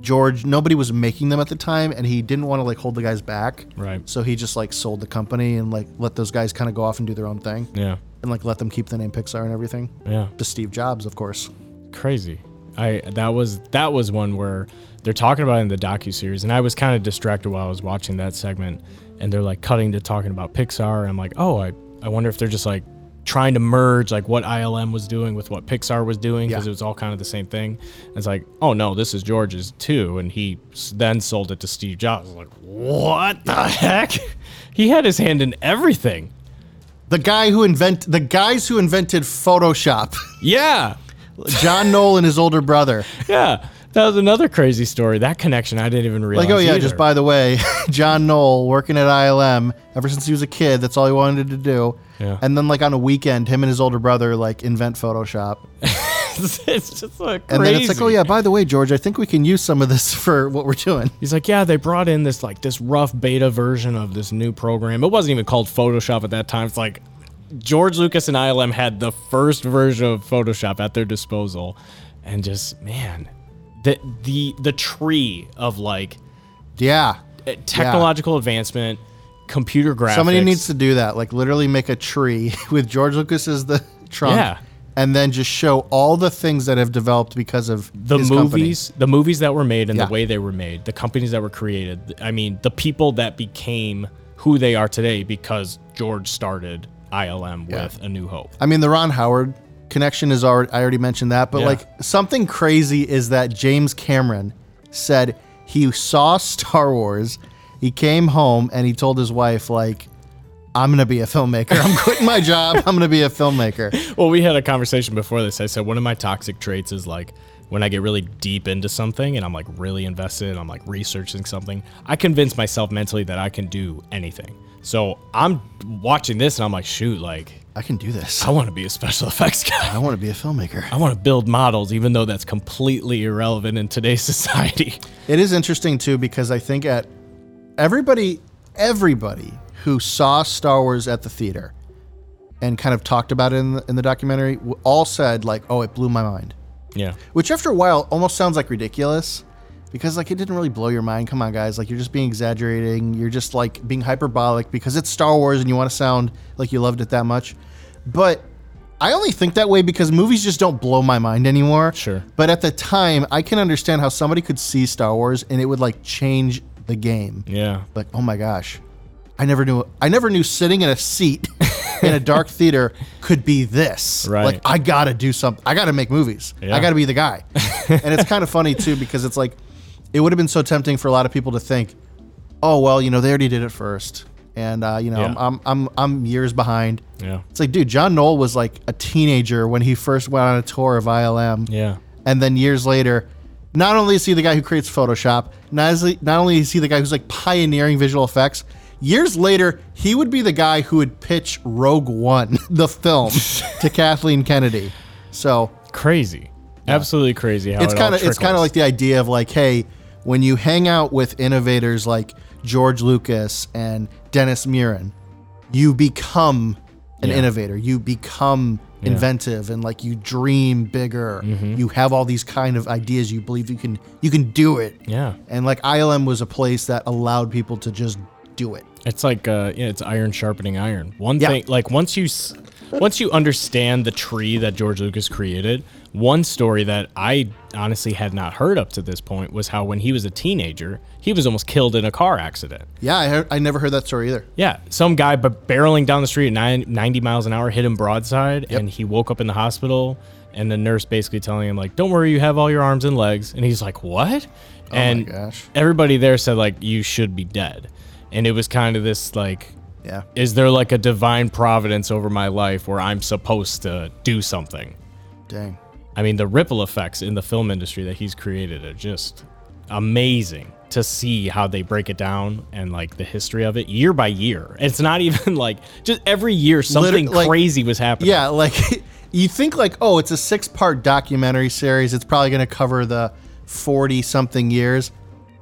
[SPEAKER 5] George nobody was making them at the time, and he didn't want to like hold the guys back.
[SPEAKER 4] Right.
[SPEAKER 5] So he just like sold the company and like let those guys kind of go off and do their own thing,
[SPEAKER 4] Yeah.
[SPEAKER 5] and like let them keep the name Pixar and everything.
[SPEAKER 4] Yeah.
[SPEAKER 5] To Steve Jobs, of course.
[SPEAKER 4] Crazy. I that was that was one where they're talking about it in the docu series, and I was kind of distracted while I was watching that segment, and they're like cutting to talking about Pixar, and I'm like, oh, I I wonder if they're just like trying to merge like what ILM was doing with what Pixar was doing because
[SPEAKER 5] Yeah.
[SPEAKER 4] it was all kind of the same thing. And it's like, oh no, this is George's too, and he s- then sold it to Steve Jobs. I was like, what the heck? He had his hand in everything.
[SPEAKER 5] The guy who invent the guys who invented Photoshop,
[SPEAKER 4] Yeah,
[SPEAKER 5] John Knoll and his older brother.
[SPEAKER 4] yeah. That was another crazy story. That connection I didn't even realize.
[SPEAKER 5] Like, oh yeah,
[SPEAKER 4] either.
[SPEAKER 5] just by the way, John Knoll working at ILM ever since he was a kid. That's all he wanted to do.
[SPEAKER 4] Yeah.
[SPEAKER 5] And then like on a weekend, him and his older brother like invent Photoshop.
[SPEAKER 4] it's just like crazy.
[SPEAKER 5] And then it's like, oh yeah, by the way, George, I think we can use some of this for what we're doing.
[SPEAKER 4] He's like, yeah, they brought in this like this rough beta version of this new program. It wasn't even called Photoshop at that time. It's like George Lucas and ILM had the first version of Photoshop at their disposal, and just man, the the the tree of like
[SPEAKER 5] Yeah.
[SPEAKER 4] eh, technological advancement, computer graphics.
[SPEAKER 5] Somebody needs to do that. Like literally make a tree with George Lucas as the trunk.
[SPEAKER 4] Yeah.
[SPEAKER 5] And then just show all the things that have developed because of
[SPEAKER 4] the
[SPEAKER 5] his company.
[SPEAKER 4] movies, the movies that were made and
[SPEAKER 5] Yeah.
[SPEAKER 4] the way they were made, the companies that were created. I mean, the people that became who they are today because George started ILM
[SPEAKER 5] Yeah.
[SPEAKER 4] with A New Hope.
[SPEAKER 5] I mean, the Ron Howard connection is already, I already mentioned that, but
[SPEAKER 4] Yeah.
[SPEAKER 5] like something crazy is that James Cameron said he saw Star Wars, he came home and he told his wife, like, I'm going to be a filmmaker. I'm quitting my job. I'm going to be a filmmaker.
[SPEAKER 4] Well, we had a conversation before this. I said one of my toxic traits is like when I get really deep into something and I'm like really invested and I'm like researching something, I convince myself mentally that I can do anything. So I'm watching this and I'm like, shoot, like
[SPEAKER 5] I can do this.
[SPEAKER 4] I want to be a special effects guy.
[SPEAKER 5] I want to be a filmmaker.
[SPEAKER 4] I want to build models, even though that's completely irrelevant in today's society.
[SPEAKER 5] It is interesting too because I think at everybody everybody who saw Star Wars at the theater and kind of talked about it in the, in the documentary w- all said like, "Oh, it blew my mind."
[SPEAKER 4] Yeah.
[SPEAKER 5] Which after a while almost sounds like ridiculous because like it didn't really blow your mind. Come on, guys, like you're just being exaggerating. You're just like being hyperbolic because it's Star Wars and you want to sound like you loved it that much. But I only think that way because movies just don't blow my mind anymore.
[SPEAKER 4] Sure.
[SPEAKER 5] But at the time, I can understand how somebody could see Star Wars and it would like change the game.
[SPEAKER 4] Yeah.
[SPEAKER 5] Like, oh my gosh. I never knew I never knew sitting in a seat in a dark theater could be this.
[SPEAKER 4] Right.
[SPEAKER 5] Like I got to do something. I got to make movies. I
[SPEAKER 4] Yeah.
[SPEAKER 5] got to be the guy. and it's kind of funny too because it's like it would have been so tempting for a lot of people to think, "Oh, well, you know, they already did it first. And uh, you know,
[SPEAKER 4] Yeah.
[SPEAKER 5] I'm, I'm I'm I'm years behind."
[SPEAKER 4] Yeah.
[SPEAKER 5] It's like, dude, John Knoll was like a teenager when he first went on a tour of ILM.
[SPEAKER 4] Yeah.
[SPEAKER 5] And then years later, not only is he the guy who creates Photoshop, not, is he- not only is he the guy who's like pioneering visual effects, years later, he would be the guy who would pitch Rogue One, the film, to Kathleen Kennedy. So
[SPEAKER 4] Crazy. Absolutely crazy how
[SPEAKER 5] it's kind of it's kind of like the idea of like, hey, when you hang out with innovators like George Lucas and Dennis Murin, you become an
[SPEAKER 4] Yeah.
[SPEAKER 5] innovator. You become inventive and like you dream bigger.
[SPEAKER 4] Mm-hmm.
[SPEAKER 5] You have all these kind of ideas. You believe you can you can do it.
[SPEAKER 4] Yeah.
[SPEAKER 5] And like ILM was a place that allowed people to just do it.
[SPEAKER 4] It's like uh, yeah, it's iron sharpening iron. One
[SPEAKER 5] Yeah.
[SPEAKER 4] thing, like once you, s- once you understand the tree that George Lucas created, one story that I honestly had not heard up to this point was how when he was a teenager, he was almost killed in a car accident.
[SPEAKER 5] Yeah, I, heard, I never heard that story either.
[SPEAKER 4] Yeah, some guy but barreling down the street at nine, 90 miles an hour hit him broadside,
[SPEAKER 5] Yep.
[SPEAKER 4] and he woke up in the hospital, and the nurse basically telling him like, "Don't worry, you have all your arms and legs," and he's like, "What?" and
[SPEAKER 5] Oh gosh.
[SPEAKER 4] everybody there said like, "You should be dead," and it was kind of this like.
[SPEAKER 5] Yeah.
[SPEAKER 4] Is there like a divine providence over my life where I'm supposed to do something?
[SPEAKER 5] Dang.
[SPEAKER 4] I mean, the ripple effects in the film industry that he's created are just amazing to see how they break it down and like the history of it year by year. It's not even like just every year something
[SPEAKER 5] like-
[SPEAKER 4] crazy was happening.
[SPEAKER 5] Yeah, like you think like, oh, it's a six part documentary series. It's probably gonna cover the forty something years.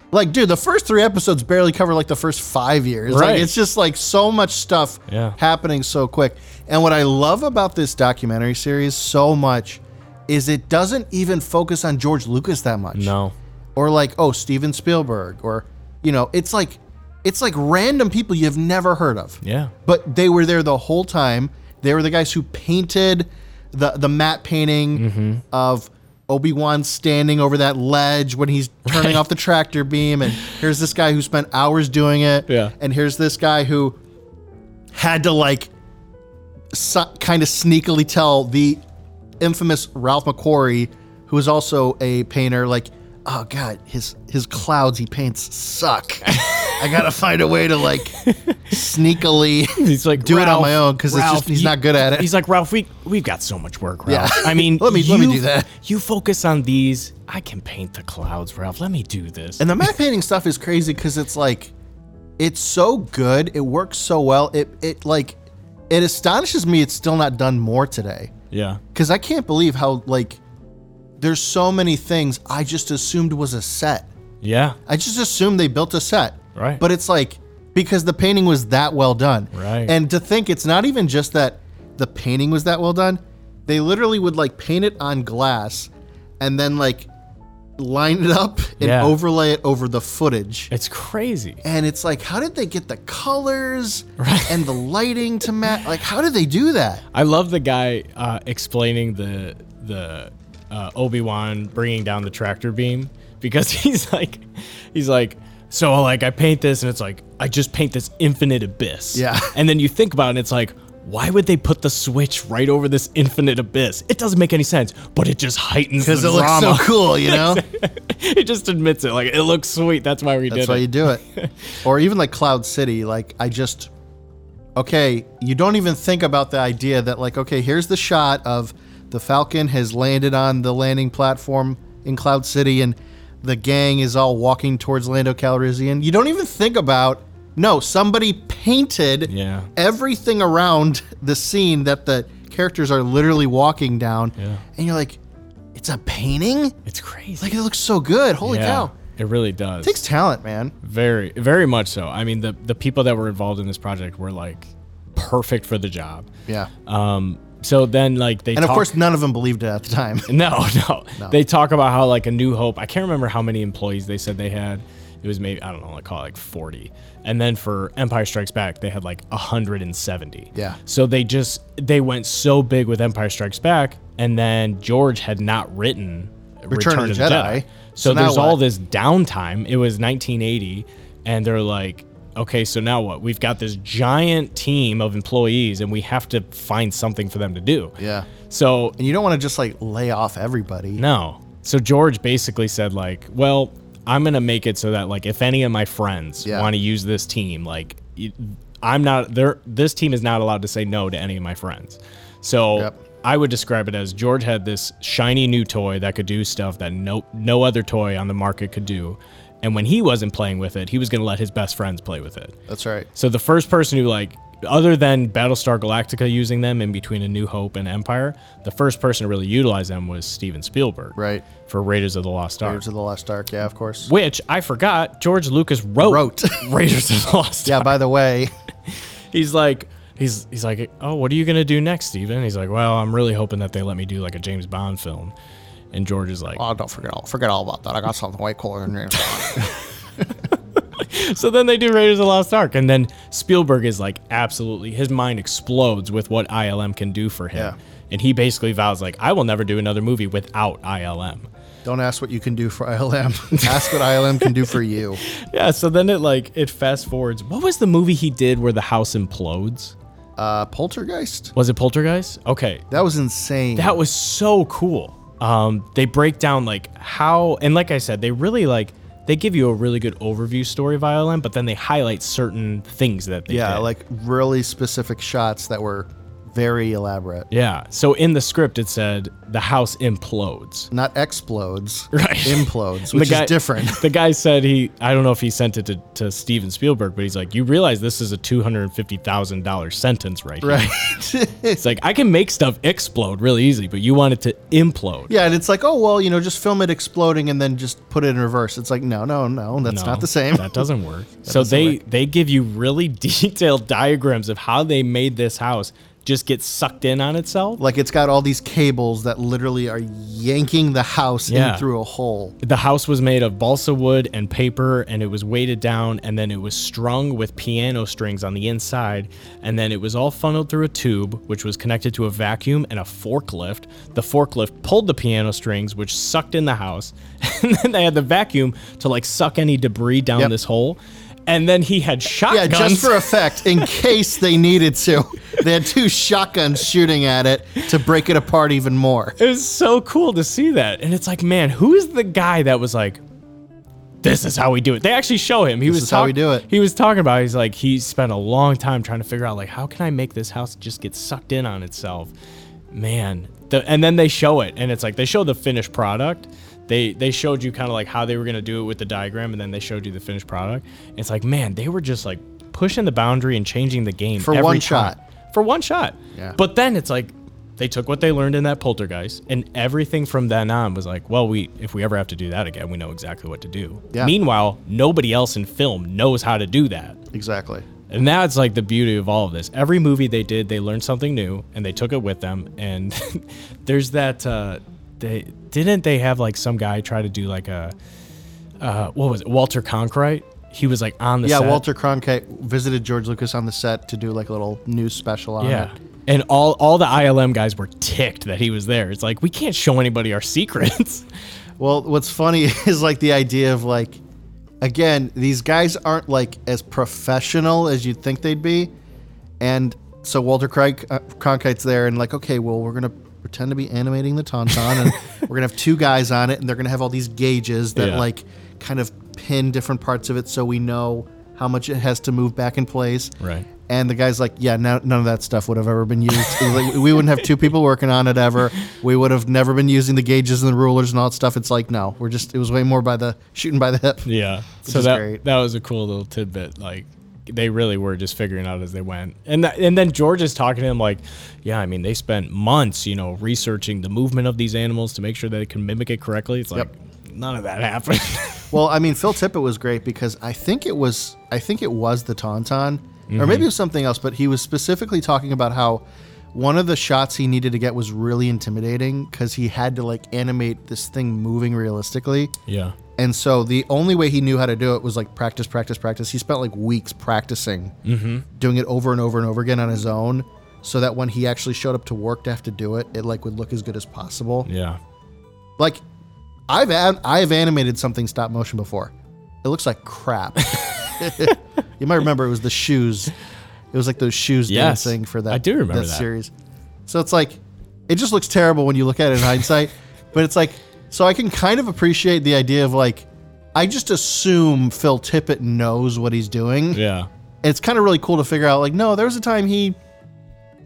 [SPEAKER 5] Like, dude, the first three episodes barely cover like the first five years. Like
[SPEAKER 4] Right.
[SPEAKER 5] it's just like so much stuff
[SPEAKER 4] Yeah.
[SPEAKER 5] happening so quick. And what I love about this documentary series so much is it doesn't even focus on George Lucas that much
[SPEAKER 4] No.
[SPEAKER 5] or like oh Steven Spielberg or you know it's like it's like random people you've never heard of.
[SPEAKER 4] Yeah.
[SPEAKER 5] But they were there the whole time. They were the guys who painted the the matte painting
[SPEAKER 4] Mm-hmm.
[SPEAKER 5] of Obi-Wan standing over that ledge when he's turning off the tractor beam and here's this guy who spent hours doing it
[SPEAKER 4] Yeah.
[SPEAKER 5] and here's this guy who had to like so, kind of sneakily tell the infamous Ralph McQuarrie, who is also a painter, like, oh god, his his clouds he paints suck. I gotta find a way to like sneakily
[SPEAKER 4] He's like
[SPEAKER 5] do it on
[SPEAKER 4] "Ralph,
[SPEAKER 5] my own because it's
[SPEAKER 4] Ralph,
[SPEAKER 5] just he's
[SPEAKER 4] you-
[SPEAKER 5] not good at it.
[SPEAKER 4] He's like Ralph. We we've got so much work, Ralph.
[SPEAKER 5] Yeah.
[SPEAKER 4] I mean,
[SPEAKER 5] Let me-
[SPEAKER 4] you,
[SPEAKER 5] let me do that.
[SPEAKER 4] You focus on these. I can paint the clouds, Ralph. Let me do this.
[SPEAKER 5] And the matte painting stuff is crazy because it's like, it's so good. It works so well. It it like, it astonishes me. It's still not done more today
[SPEAKER 4] yeah,
[SPEAKER 5] because I can't believe how like, there's so many things I just assumed was a set.
[SPEAKER 4] yeah.
[SPEAKER 5] I just assumed they built a set.
[SPEAKER 4] Right.
[SPEAKER 5] But it's like because the painting was that well done.
[SPEAKER 4] Right.
[SPEAKER 5] And to think it's not even just that the painting was that well done. They literally would like paint it on glass and then like line it up and
[SPEAKER 4] Yeah.
[SPEAKER 5] overlay it over the footage.
[SPEAKER 4] It's crazy.
[SPEAKER 5] And it's like how did they get the colors and the lighting to match? Like how did they do that?
[SPEAKER 4] I love the guy uh, explaining the the uh, Obi Wan bringing down the tractor beam because he's like he's like so like I paint this and it's like I just paint this infinite abyss.
[SPEAKER 5] Yeah.
[SPEAKER 4] And then you think about it and it's like why would they put the switch right over this infinite abyss? It doesn't make any sense, but it just heightens the
[SPEAKER 5] Cuz it looks
[SPEAKER 4] drama.
[SPEAKER 5] so cool, you know?
[SPEAKER 4] it just admits it. Like it looks sweet. That's why we
[SPEAKER 5] That's
[SPEAKER 4] did
[SPEAKER 5] why
[SPEAKER 4] it.
[SPEAKER 5] you do it. or even like Cloud City, like I just okay, you don't even think about the idea that like okay, here's the shot of the Falcon has landed on the landing platform in Cloud City and the gang is all walking towards Lando Calrissian. You don't even think about no, somebody painted
[SPEAKER 4] Yeah.
[SPEAKER 5] everything around the scene that the characters are literally walking down.
[SPEAKER 4] Yeah.
[SPEAKER 5] And you're like, it's a painting?
[SPEAKER 4] it's crazy.
[SPEAKER 5] Like it looks so good. Holy cow.
[SPEAKER 4] It really does.
[SPEAKER 5] takes talent, man.
[SPEAKER 4] Very, very much so. I mean, the the people that were involved in this project were like perfect for the job.
[SPEAKER 5] Yeah.
[SPEAKER 4] Um, so then like they
[SPEAKER 5] And of
[SPEAKER 4] talk-
[SPEAKER 5] course, none of them believed it at the time.
[SPEAKER 4] no, no, They talk about how like a New Hope. I can't remember how many employees they said they had. It was maybe I don't know, like call it like forty. And then for Empire Strikes Back, they had like hundred and seventy.
[SPEAKER 5] Yeah.
[SPEAKER 4] So they just they went so big with Empire Strikes Back, and then George had not written Return,
[SPEAKER 5] of
[SPEAKER 4] of
[SPEAKER 5] the
[SPEAKER 4] the
[SPEAKER 5] Jedi.
[SPEAKER 4] Jedi. So,
[SPEAKER 5] So now
[SPEAKER 4] there's all
[SPEAKER 5] what?
[SPEAKER 4] this downtime. It was 1980, and they're like, okay, so now what? We've got this giant team of employees, and we have to find something for them to do.
[SPEAKER 5] Yeah.
[SPEAKER 4] So
[SPEAKER 5] And you don't want to just like lay off everybody.
[SPEAKER 4] no. So George basically said like, well, I'm gonna make it so that like if any of my friends
[SPEAKER 5] Yeah.
[SPEAKER 4] want to use this team, like y- I'm not there. This team is not allowed to say no to any of my friends. So
[SPEAKER 5] Yep.
[SPEAKER 4] I would describe it as George had this shiny new toy that could do stuff that no no other toy on the market could do. And when he wasn't playing with it, he was gonna let his best friends play with it.
[SPEAKER 5] That's right.
[SPEAKER 4] So the first person who like other than Battlestar Galactica using them in between A New Hope and Empire, the first person to really utilize them was Steven Spielberg.
[SPEAKER 5] Right.
[SPEAKER 4] For Raiders of the Lost Ark.
[SPEAKER 5] Raiders of the Lost Ark. Yeah, of course.
[SPEAKER 4] Which I forgot George Lucas wrote,
[SPEAKER 5] Wrote.
[SPEAKER 4] Raiders of the Lost
[SPEAKER 5] Yeah,
[SPEAKER 4] Ark.
[SPEAKER 5] by the way,
[SPEAKER 4] He's like he's he's like, "Oh, what are you going to do next, Steven?" He's like, "Well, I'm really hoping that they let me do like a James Bond film." And George is like,
[SPEAKER 5] oh, don't forget all, forget all about that. I got something way cooler than Raiders.
[SPEAKER 4] So then they do Raiders of the Lost Ark, and then Spielberg is like absolutely his mind explodes with what ILM can do for him,
[SPEAKER 5] Yeah.
[SPEAKER 4] and he basically vows like I will never do another movie without ILM.
[SPEAKER 5] don't ask what you can do for ILM. ask what ILM can do for you.
[SPEAKER 4] Yeah. So then it like it fast forwards. What was the movie he did where the house implodes?
[SPEAKER 5] Uh, Poltergeist.
[SPEAKER 4] Was it Poltergeist? Okay,
[SPEAKER 5] That was insane.
[SPEAKER 4] that was so cool. Um, they break down like how, and like I said, they really like they give you a really good overview story of ILM, but then they highlight certain things that they
[SPEAKER 5] yeah,
[SPEAKER 4] did.
[SPEAKER 5] like really specific shots that were very elaborate.
[SPEAKER 4] Yeah. So in the script, it said the house implodes.
[SPEAKER 5] Not explodes,
[SPEAKER 4] Right.
[SPEAKER 5] implodes,
[SPEAKER 4] The
[SPEAKER 5] which
[SPEAKER 4] guy-
[SPEAKER 5] is different.
[SPEAKER 4] The guy said he, I don't know if he sent it to, to Steven Spielberg, but he's like, you realize this is a $250,000 sentence right here.
[SPEAKER 5] Right.
[SPEAKER 4] It's like, I can make stuff explode really easy, but you want it to implode.
[SPEAKER 5] Yeah, and it's like, oh well, you know, just film it exploding and then just put it in reverse. It's like, no, no, no, that's
[SPEAKER 4] No,
[SPEAKER 5] not the same.
[SPEAKER 4] That doesn't work. so they they give you really detailed diagrams of how they made this house just get sucked in on itself.
[SPEAKER 5] like it's got all these cables that literally are yanking the house
[SPEAKER 4] Yeah.
[SPEAKER 5] in through a hole.
[SPEAKER 4] the house was made of balsa wood and paper and it was weighted down and then it was strung with piano strings on the inside and then it was all funneled through a tube which was connected to a vacuum and a forklift the forklift pulled the piano strings which sucked in the house and then they had the vacuum to like suck any debris down
[SPEAKER 5] Yep.
[SPEAKER 4] this hole and then he had
[SPEAKER 5] Yeah,
[SPEAKER 4] shotguns.
[SPEAKER 5] just for effect, in case they needed to. They had two shotguns shooting at it to break it apart even more.
[SPEAKER 4] it was so cool to see that. And it's like, man, who is the guy that was like, this is how we do it? They actually show him. He was
[SPEAKER 5] is how we do it.
[SPEAKER 4] He was talking about. He's like, he spent a long time trying to figure out like, how can I make this house just get sucked in on itself? Man, the, and then they show it, and it's like they show the finished product. They they showed you kind of like how they were gonna do it with the diagram, and then they showed you the finished product. It's like, man, they were just like pushing the boundary and changing the game
[SPEAKER 5] For
[SPEAKER 4] every
[SPEAKER 5] one
[SPEAKER 4] time.
[SPEAKER 5] shot.
[SPEAKER 4] For one shot.
[SPEAKER 5] Yeah.
[SPEAKER 4] But then it's like they took what they learned in that poltergeist and everything from then on was like, well, we if we ever have to do that again, we know exactly what to do.
[SPEAKER 5] Yeah.
[SPEAKER 4] Meanwhile, nobody else in film knows how to do that.
[SPEAKER 5] Exactly.
[SPEAKER 4] And that's like the beauty of all of this. Every movie they did, they learned something new and they took it with them. And there's that uh they didn't they have like some guy try to do like a uh what was it? Walter Conkright? He was like on the
[SPEAKER 5] Yeah,
[SPEAKER 4] set.
[SPEAKER 5] Walter Cronkite visited George Lucas on the set to do like a little news special on
[SPEAKER 4] Yeah.
[SPEAKER 5] it.
[SPEAKER 4] And all all the ILM guys were ticked that he was there. It's like we can't show anybody our secrets.
[SPEAKER 5] Well, what's funny is like the idea of like, again, these guys aren't like as professional as you'd think they'd be, and so Walter Craig, uh, Cronkite's there and like, okay, well, we're gonna pretend to be animating the tauntaun, and we're gonna have two guys on it, and they're gonna have all these gauges that
[SPEAKER 4] Yeah.
[SPEAKER 5] like kind of pin different parts of it, so we know how much it has to move back in place.
[SPEAKER 4] Right.
[SPEAKER 5] And the guy's like, yeah, no, none of that stuff would have ever been used. He's like, we wouldn't have two people working on it ever. We would have never been using the gauges and the rulers and all that stuff. It's like, no, we're just, it was way more by the shooting by the hip.
[SPEAKER 4] Yeah. so
[SPEAKER 5] is
[SPEAKER 4] that
[SPEAKER 5] great.
[SPEAKER 4] that was a cool little tidbit. Like they really were just figuring out as they went. And that, and then George is talking to him like, yeah, I mean, they spent months, you know, researching the movement of these animals to make sure that it can mimic it correctly. It's like none of that happened.
[SPEAKER 5] Well, I mean, Phil Tippett was great because I think it was, I think it was the Tauntaun or maybe it was something else, but he was specifically talking about how one of the shots he needed to get was really intimidating because he had to like animate this thing moving realistically.
[SPEAKER 4] yeah.
[SPEAKER 5] And so the only way he knew how to do it was like practice, practice, practice. He spent like weeks practicing, doing it over and over and over again on his own, so that when he actually showed up to work to have to do it, it like would look as good as possible.
[SPEAKER 4] Yeah.
[SPEAKER 5] Like, I've an- I've animated something stop motion before. It looks like crap. you might remember it was the shoes. It was like those shoes
[SPEAKER 4] Yes.
[SPEAKER 5] dancing for that.
[SPEAKER 4] I do remember that.
[SPEAKER 5] series. So it's like it just looks terrible when you look at it in hindsight. But it's like so I can kind of appreciate the idea of like I just assume Phil Tippett knows what he's doing.
[SPEAKER 4] Yeah.
[SPEAKER 5] And it's kind of really cool to figure out like no, there was a time he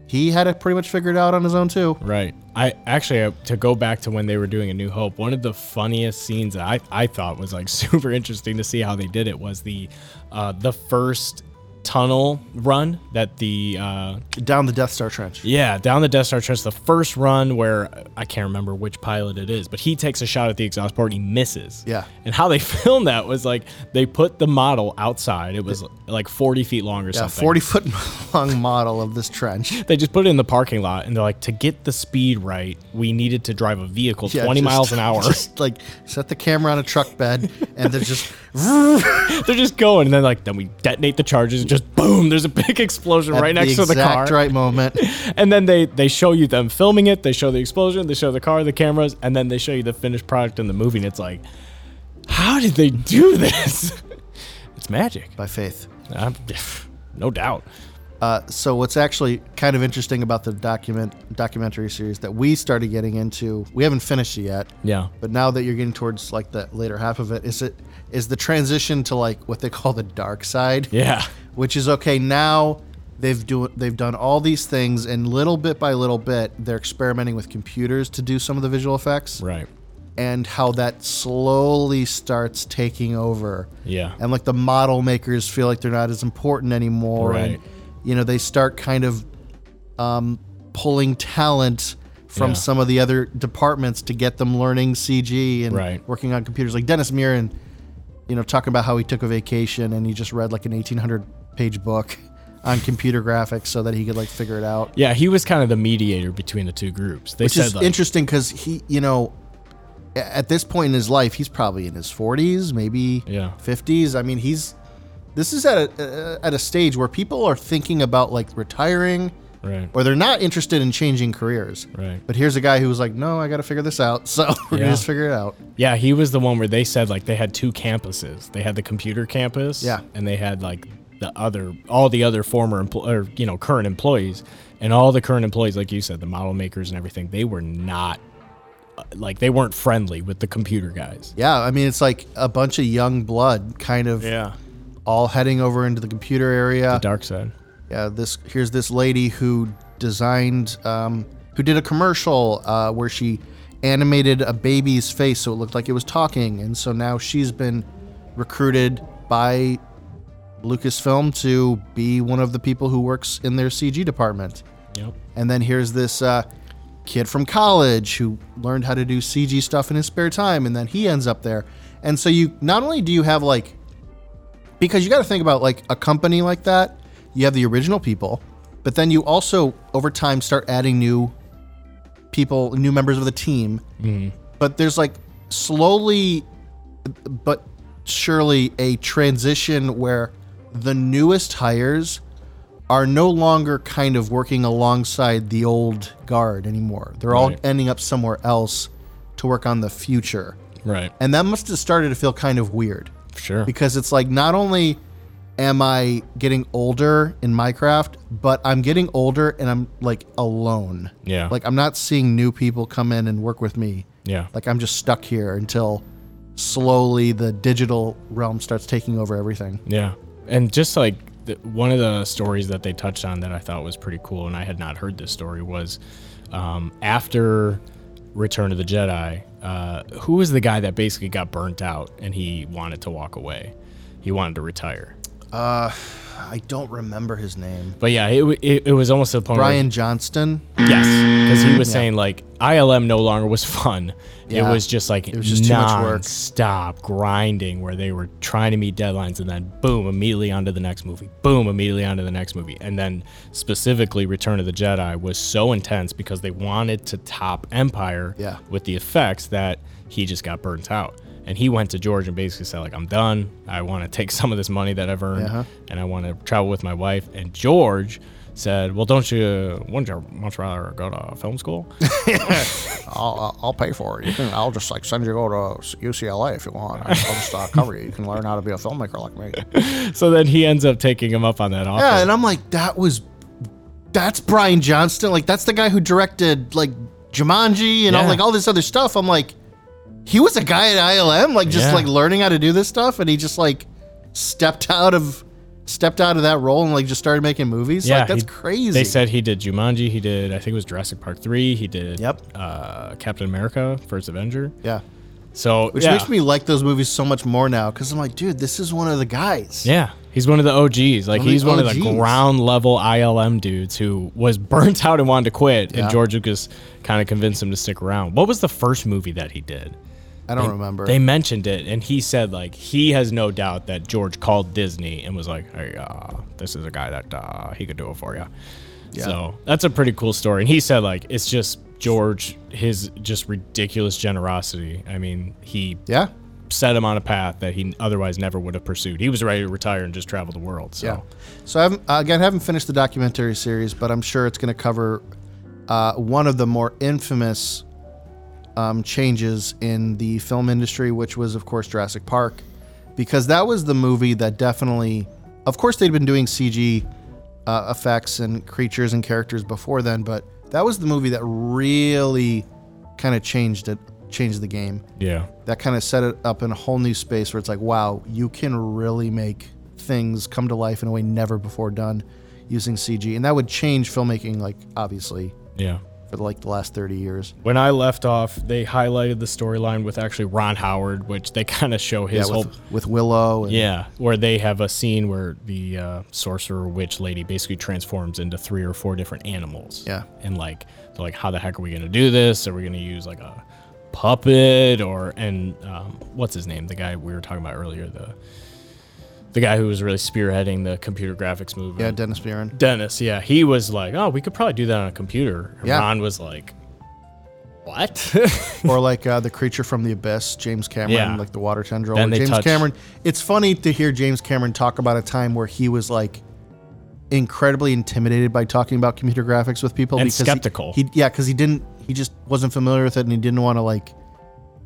[SPEAKER 5] he had it pretty much figured out on his own too.
[SPEAKER 4] Right. I actually uh, to go back to when they were doing A New Hope. One of the funniest scenes that I, I thought was like super interesting to see how they did it was the uh, the first tunnel run that the uh,
[SPEAKER 5] Down the Death Star trench.
[SPEAKER 4] yeah, down the Death Star Trench, the first run where I can't remember which pilot it is, but he takes a shot at the exhaust port and he misses.
[SPEAKER 5] Yeah.
[SPEAKER 4] And how they filmed that was like they put the model outside. It was like 40 feet long or
[SPEAKER 5] A
[SPEAKER 4] something.
[SPEAKER 5] 40 foot long model of this trench.
[SPEAKER 4] They just put it in the parking lot and they're like, to get the speed right, we needed to drive a vehicle
[SPEAKER 5] Yeah,
[SPEAKER 4] 20
[SPEAKER 5] just-
[SPEAKER 4] miles an hour.
[SPEAKER 5] Just like set the camera on a truck bed and they're just
[SPEAKER 4] They're just going, and then like then we detonate the charges, and just boom, there's a big explosion
[SPEAKER 5] at
[SPEAKER 4] right next to the car.
[SPEAKER 5] exact right moment.
[SPEAKER 4] And then they they show you them filming it, they show the explosion, they show the car, the cameras, and then they show you the finished product in the movie, and it's like, how did they do this? it's magic,
[SPEAKER 5] by faith.
[SPEAKER 4] I'm- no doubt.
[SPEAKER 5] Uh, so what's actually kind of interesting about the document documentary series that we started getting into, we haven't finished it yet.
[SPEAKER 4] Yeah.
[SPEAKER 5] But now that you're getting towards like the later half of it, is it is the transition to like what they call the dark side?
[SPEAKER 4] Yeah.
[SPEAKER 5] Which is okay now. They've do they've done all these things, and little bit by little bit, they're experimenting with computers to do some of the visual effects.
[SPEAKER 4] Right.
[SPEAKER 5] and how that slowly starts taking over.
[SPEAKER 4] Yeah.
[SPEAKER 5] And like the model makers feel like they're not as important anymore.
[SPEAKER 4] Right.
[SPEAKER 5] And, you know, they start kind of um, pulling talent from
[SPEAKER 4] Yeah.
[SPEAKER 5] some of the other departments to get them learning CG and
[SPEAKER 4] Right.
[SPEAKER 5] working on computers. Like Dennis Muren, you know, talking about how he took a vacation and he just read like an 1800 page book on computer graphics so that he could like figure it out
[SPEAKER 4] Yeah, he was kind of the mediator between the two groups. They
[SPEAKER 5] which
[SPEAKER 4] said
[SPEAKER 5] is
[SPEAKER 4] like,
[SPEAKER 5] interesting because he, you know, a- at this point in his life, he's probably in his 40s, maybe
[SPEAKER 4] Yeah.
[SPEAKER 5] 50s. I mean, he's this is at a uh, at a stage where people are thinking about like retiring
[SPEAKER 4] Right.
[SPEAKER 5] or they're not interested in changing careers.
[SPEAKER 4] Right.
[SPEAKER 5] But here's a guy who was like, "No, I got to figure this out." So we're
[SPEAKER 4] Yeah.
[SPEAKER 5] gonna just figure it out.
[SPEAKER 4] Yeah, he was the one where they said like they had two campuses. They had the computer campus,
[SPEAKER 5] Yeah.
[SPEAKER 4] and they had like the other all the other former empl- or you know current employees, and all the current employees, like you said, the model makers and everything, they were not uh, like they weren't friendly with the computer guys.
[SPEAKER 5] Yeah, I mean, it's like a bunch of young blood, kind of all heading over into the computer area.
[SPEAKER 4] dark side.
[SPEAKER 5] yeah, Uh, this here's this lady who designed, um, who did a commercial uh, where she animated a baby's face so it looked like it was talking, and so now she's been recruited by Lucasfilm to be one of the people who works in their CG department.
[SPEAKER 4] Yep.
[SPEAKER 5] And then here's this uh, kid from college who learned how to do CG stuff in his spare time, and then he ends up there. And so you not only do you have like, because you got to think about like a company like that, you have the original people, but then you also over time start adding new people, new members of the team. But there's like slowly, but surely a transition where the newest hires are no longer kind of working alongside the old guard anymore. They're all
[SPEAKER 4] Right.
[SPEAKER 5] ending up somewhere else to work on the future.
[SPEAKER 4] Right.
[SPEAKER 5] And that must have started to feel kind of weird
[SPEAKER 4] Sure.
[SPEAKER 5] because it's like not only am I getting older in my craft, but I'm getting older and I'm like alone.
[SPEAKER 4] Yeah.
[SPEAKER 5] Like I'm not seeing new people come in and work with me.
[SPEAKER 4] yeah.
[SPEAKER 5] Like I'm just stuck here until slowly the digital realm starts taking over everything.
[SPEAKER 4] Yeah. And just like the, one of the stories that they touched on that I thought was pretty cool, and I had not heard this story, was um, after Return of the Jedi, uh, who was the guy that basically got burnt out and he wanted to walk away? He wanted to retire.
[SPEAKER 5] I don't remember his name.
[SPEAKER 4] But yeah, it, w- it, it was almost to the point where-
[SPEAKER 5] Brian Johnston.
[SPEAKER 4] Yes, because he was saying like ILM no longer was fun.
[SPEAKER 5] Yeah.
[SPEAKER 4] It was just like it
[SPEAKER 5] was just too much work.
[SPEAKER 4] Stop grinding where they were trying to meet deadlines and then boom immediately onto the next movie. Boom immediately onto the next movie. And then specifically Return of the Jedi was so intense because they wanted to top Empire
[SPEAKER 5] Yeah.
[SPEAKER 4] with the effects that he just got burnt out. And he went to George and basically said like I'm done. I want to take some of this money that I've earned
[SPEAKER 5] Uh-huh.
[SPEAKER 4] and I want to travel with my wife. And George said, "Well, don't you? Wouldn't you much rather go to film school?"
[SPEAKER 5] I'll, I'll pay for it. You can, I'll just like send you go to UCLA if you want. I'll just uh, cover you. You can learn how to be a filmmaker like me.
[SPEAKER 4] so then he ends up taking him up on that offer.
[SPEAKER 5] Yeah, and I'm like, that was, that's Brian Johnston. Like that's the guy who directed like Jumanji and all
[SPEAKER 4] Yeah.
[SPEAKER 5] like all this other stuff. I'm like, he was a guy at ILM, like just
[SPEAKER 4] Yeah.
[SPEAKER 5] like learning how to do this stuff, and he just like stepped out of stepped out of that role and like just started making movies.
[SPEAKER 4] Yeah,
[SPEAKER 5] like that's
[SPEAKER 4] he-
[SPEAKER 5] crazy.
[SPEAKER 4] They said he did Jumanji. He did, I think it was Jurassic Park three. He did,
[SPEAKER 5] Yep.
[SPEAKER 4] uh, Captain America: First Avenger.
[SPEAKER 5] yeah.
[SPEAKER 4] So
[SPEAKER 5] Which
[SPEAKER 4] yeah.
[SPEAKER 5] makes me like those movies so much more now because I'm like, dude, this is one of the guys.
[SPEAKER 4] Yeah, he's one of the OGs.
[SPEAKER 5] One
[SPEAKER 4] Like
[SPEAKER 5] of the
[SPEAKER 4] he's one of the
[SPEAKER 5] OGs.
[SPEAKER 4] ground level ILM dudes who was burnt out and wanted to quit,
[SPEAKER 5] Yeah.
[SPEAKER 4] and George Lucas kind of convinced him to stick around. What was the first movie that he did?
[SPEAKER 5] I don't remember.
[SPEAKER 4] They mentioned it, and he said like he has no doubt that George called Disney and was like, "Hey, uh, this is a guy that uh, he could do it for you." So that's a pretty cool story. And he said like it's just George, his just ridiculous generosity. I mean, he
[SPEAKER 5] yeah.
[SPEAKER 4] set him on a path that he otherwise never would have pursued. He was ready to retire and just travel the world. So
[SPEAKER 5] Yeah. Oh. So I haven't, uh, again, I haven't finished the documentary series, but I'm sure it's going to cover uh, one of the more infamous um, changes in the film industry, which was, of course, Jurassic Park, because that was the movie that definitely, of course, they'd been doing CG uh, effects and creatures and characters before then, but that was the movie that really kind of changed it, changed the game
[SPEAKER 4] yeah,
[SPEAKER 5] that kind of set it up in a whole new space where it's like, wow, you can really make things come to life in a way never before done using CG, and that would change filmmaking, like obviously
[SPEAKER 4] yeah.
[SPEAKER 5] for like the last thirty years.
[SPEAKER 4] When I left off, they highlighted the storyline with actually Ron Howard, which they kind of show his
[SPEAKER 5] yeah,
[SPEAKER 4] whole
[SPEAKER 5] with, with Willow. And,
[SPEAKER 4] Yeah, where they have a scene where the uh, sorcerer witch lady basically transforms into three or four different animals.
[SPEAKER 5] Yeah.
[SPEAKER 4] and like, they're like, how the heck are we gonna do this? Are we gonna use like a puppet or and um, what's his name? The guy we were talking about earlier, the the guy who was really spearheading the computer graphics movement.
[SPEAKER 5] yeah, Dennis Buren.
[SPEAKER 4] Dennis. Yeah, he was like, oh, we could probably do that on a computer. And
[SPEAKER 5] Yeah.
[SPEAKER 4] Ron was like, what?
[SPEAKER 5] or like uh, the creature from the abyss, James Cameron,
[SPEAKER 4] Yeah.
[SPEAKER 5] like the water tendril. where
[SPEAKER 4] Then they
[SPEAKER 5] James
[SPEAKER 4] touch-
[SPEAKER 5] Cameron. It's funny to hear James Cameron talk about a time where he was like incredibly intimidated by talking about computer graphics with people
[SPEAKER 4] And
[SPEAKER 5] he-
[SPEAKER 4] skeptical.
[SPEAKER 5] He, yeah, because he didn't. He just wasn't familiar with it, and he didn't want to like.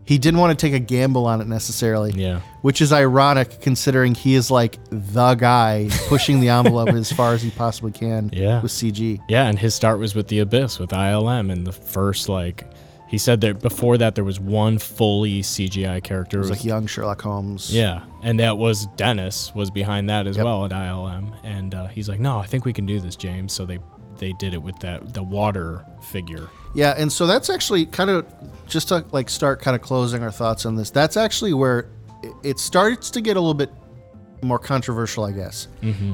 [SPEAKER 5] He didn't want to take a gamble on it necessarily.
[SPEAKER 4] Yeah.
[SPEAKER 5] Which is ironic considering he is like the guy pushing the envelope as far as he possibly can
[SPEAKER 4] Yeah.
[SPEAKER 5] with CG.
[SPEAKER 4] Yeah, and his start was with the Abyss with ILM, and the first like he said that before that there was one fully CGI character.
[SPEAKER 5] It's like young Sherlock Holmes.
[SPEAKER 4] yeah, and that was Dennis was behind that as
[SPEAKER 5] Yep.
[SPEAKER 4] well at ILM, and uh, he's like, no, I think we can do this, James. So they they did it with that the water figure.
[SPEAKER 5] Yeah, and so that's actually kind of just to like start kind of closing our thoughts on this. That's actually where it- it starts to get a little bit more controversial, I guess,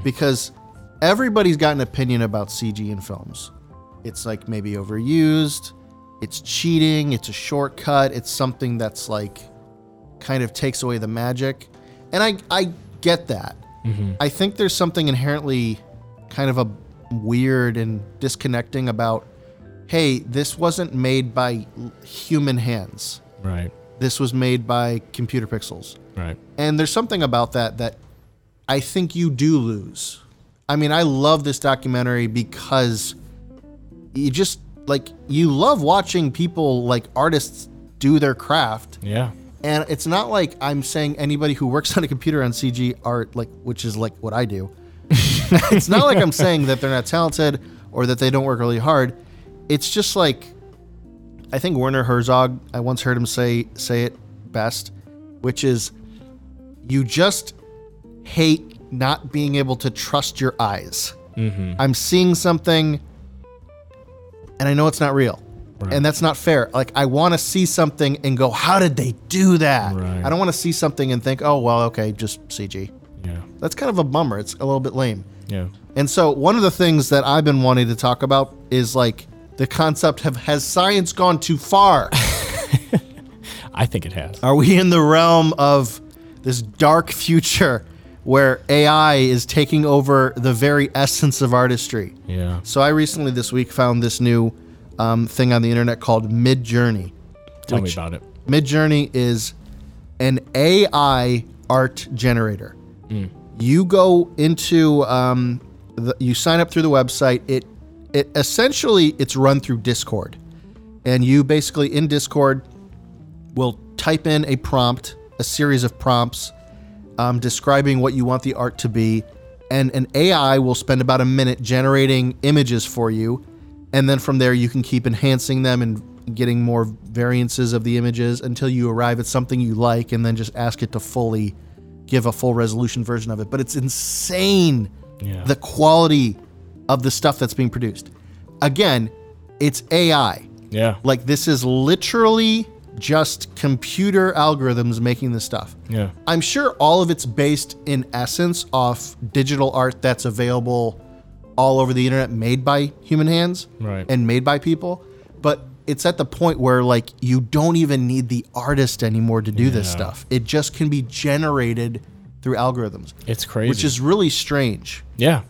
[SPEAKER 5] because everybody's got an opinion about CG in films. It's like maybe overused, it's cheating, it's a shortcut, it's something that's like kind of takes away the magic. And I I get that. I think there's something inherently kind of a weird and disconnecting about hey, this wasn't made by l- human hands.
[SPEAKER 4] Right.
[SPEAKER 5] This was made by computer pixels.
[SPEAKER 4] Right.
[SPEAKER 5] And there's something about that that I think you do lose. I mean, I love this documentary because you just like you love watching people like artists do their craft
[SPEAKER 4] Yeah.
[SPEAKER 5] and it's not like I'm saying anybody who works on a computer on CG art, like which is like what I do. it's not like I'm saying that they're not talented or that they don't work really hard. It's just like I think Werner Herzog. I once heard him say say it best, which is you just hate not being able to trust your eyes.
[SPEAKER 4] Mm-hmm.
[SPEAKER 5] I'm seeing something, and I know it's not real.
[SPEAKER 4] Right.
[SPEAKER 5] And that's not fair. Like I want to see something and go, how did they do that?
[SPEAKER 4] Right.
[SPEAKER 5] I don't want to see something and think, oh well, okay, just CG.
[SPEAKER 4] Yeah.
[SPEAKER 5] That's kind of a bummer. It's a little bit lame.
[SPEAKER 4] Yeah.
[SPEAKER 5] And so one of the things that I've been wanting to talk about is like the concept of has science gone too far?
[SPEAKER 4] I think it has.
[SPEAKER 5] Are we in the realm of this dark future where AI is taking over the very essence of artistry?
[SPEAKER 4] Yeah.
[SPEAKER 5] So I recently this week found this new um, thing on the internet called Midjourney.
[SPEAKER 4] Tell
[SPEAKER 5] Which-
[SPEAKER 4] me about it.
[SPEAKER 5] Midjourney is an AI art generator. You go into um, the, you sign up through the website. It it essentially it's run through Discord, and you basically in Discord will type in a prompt, a series of prompts, um, describing what you want the art to be, and an AI will spend about a minute generating images for you, and then from there you can keep enhancing them and getting more variances of the images until you arrive at something you like, and then just ask it to fully give a full resolution version of it. But it's insane
[SPEAKER 4] Yeah.
[SPEAKER 5] the quality of the stuff that's being produced. Again, it's AI.
[SPEAKER 4] yeah.
[SPEAKER 5] Like this is literally just computer algorithms making this stuff.
[SPEAKER 4] Yeah.
[SPEAKER 5] I'm sure all of it's based in essence off digital art that's available all over the internet made by human hands
[SPEAKER 4] Right.
[SPEAKER 5] and made by people, but it's at the point where like you don't even need the artist anymore to do this
[SPEAKER 4] Yeah.
[SPEAKER 5] stuff. It just can be generated through algorithms,
[SPEAKER 4] It's crazy.
[SPEAKER 5] which is really strange.
[SPEAKER 4] Yeah,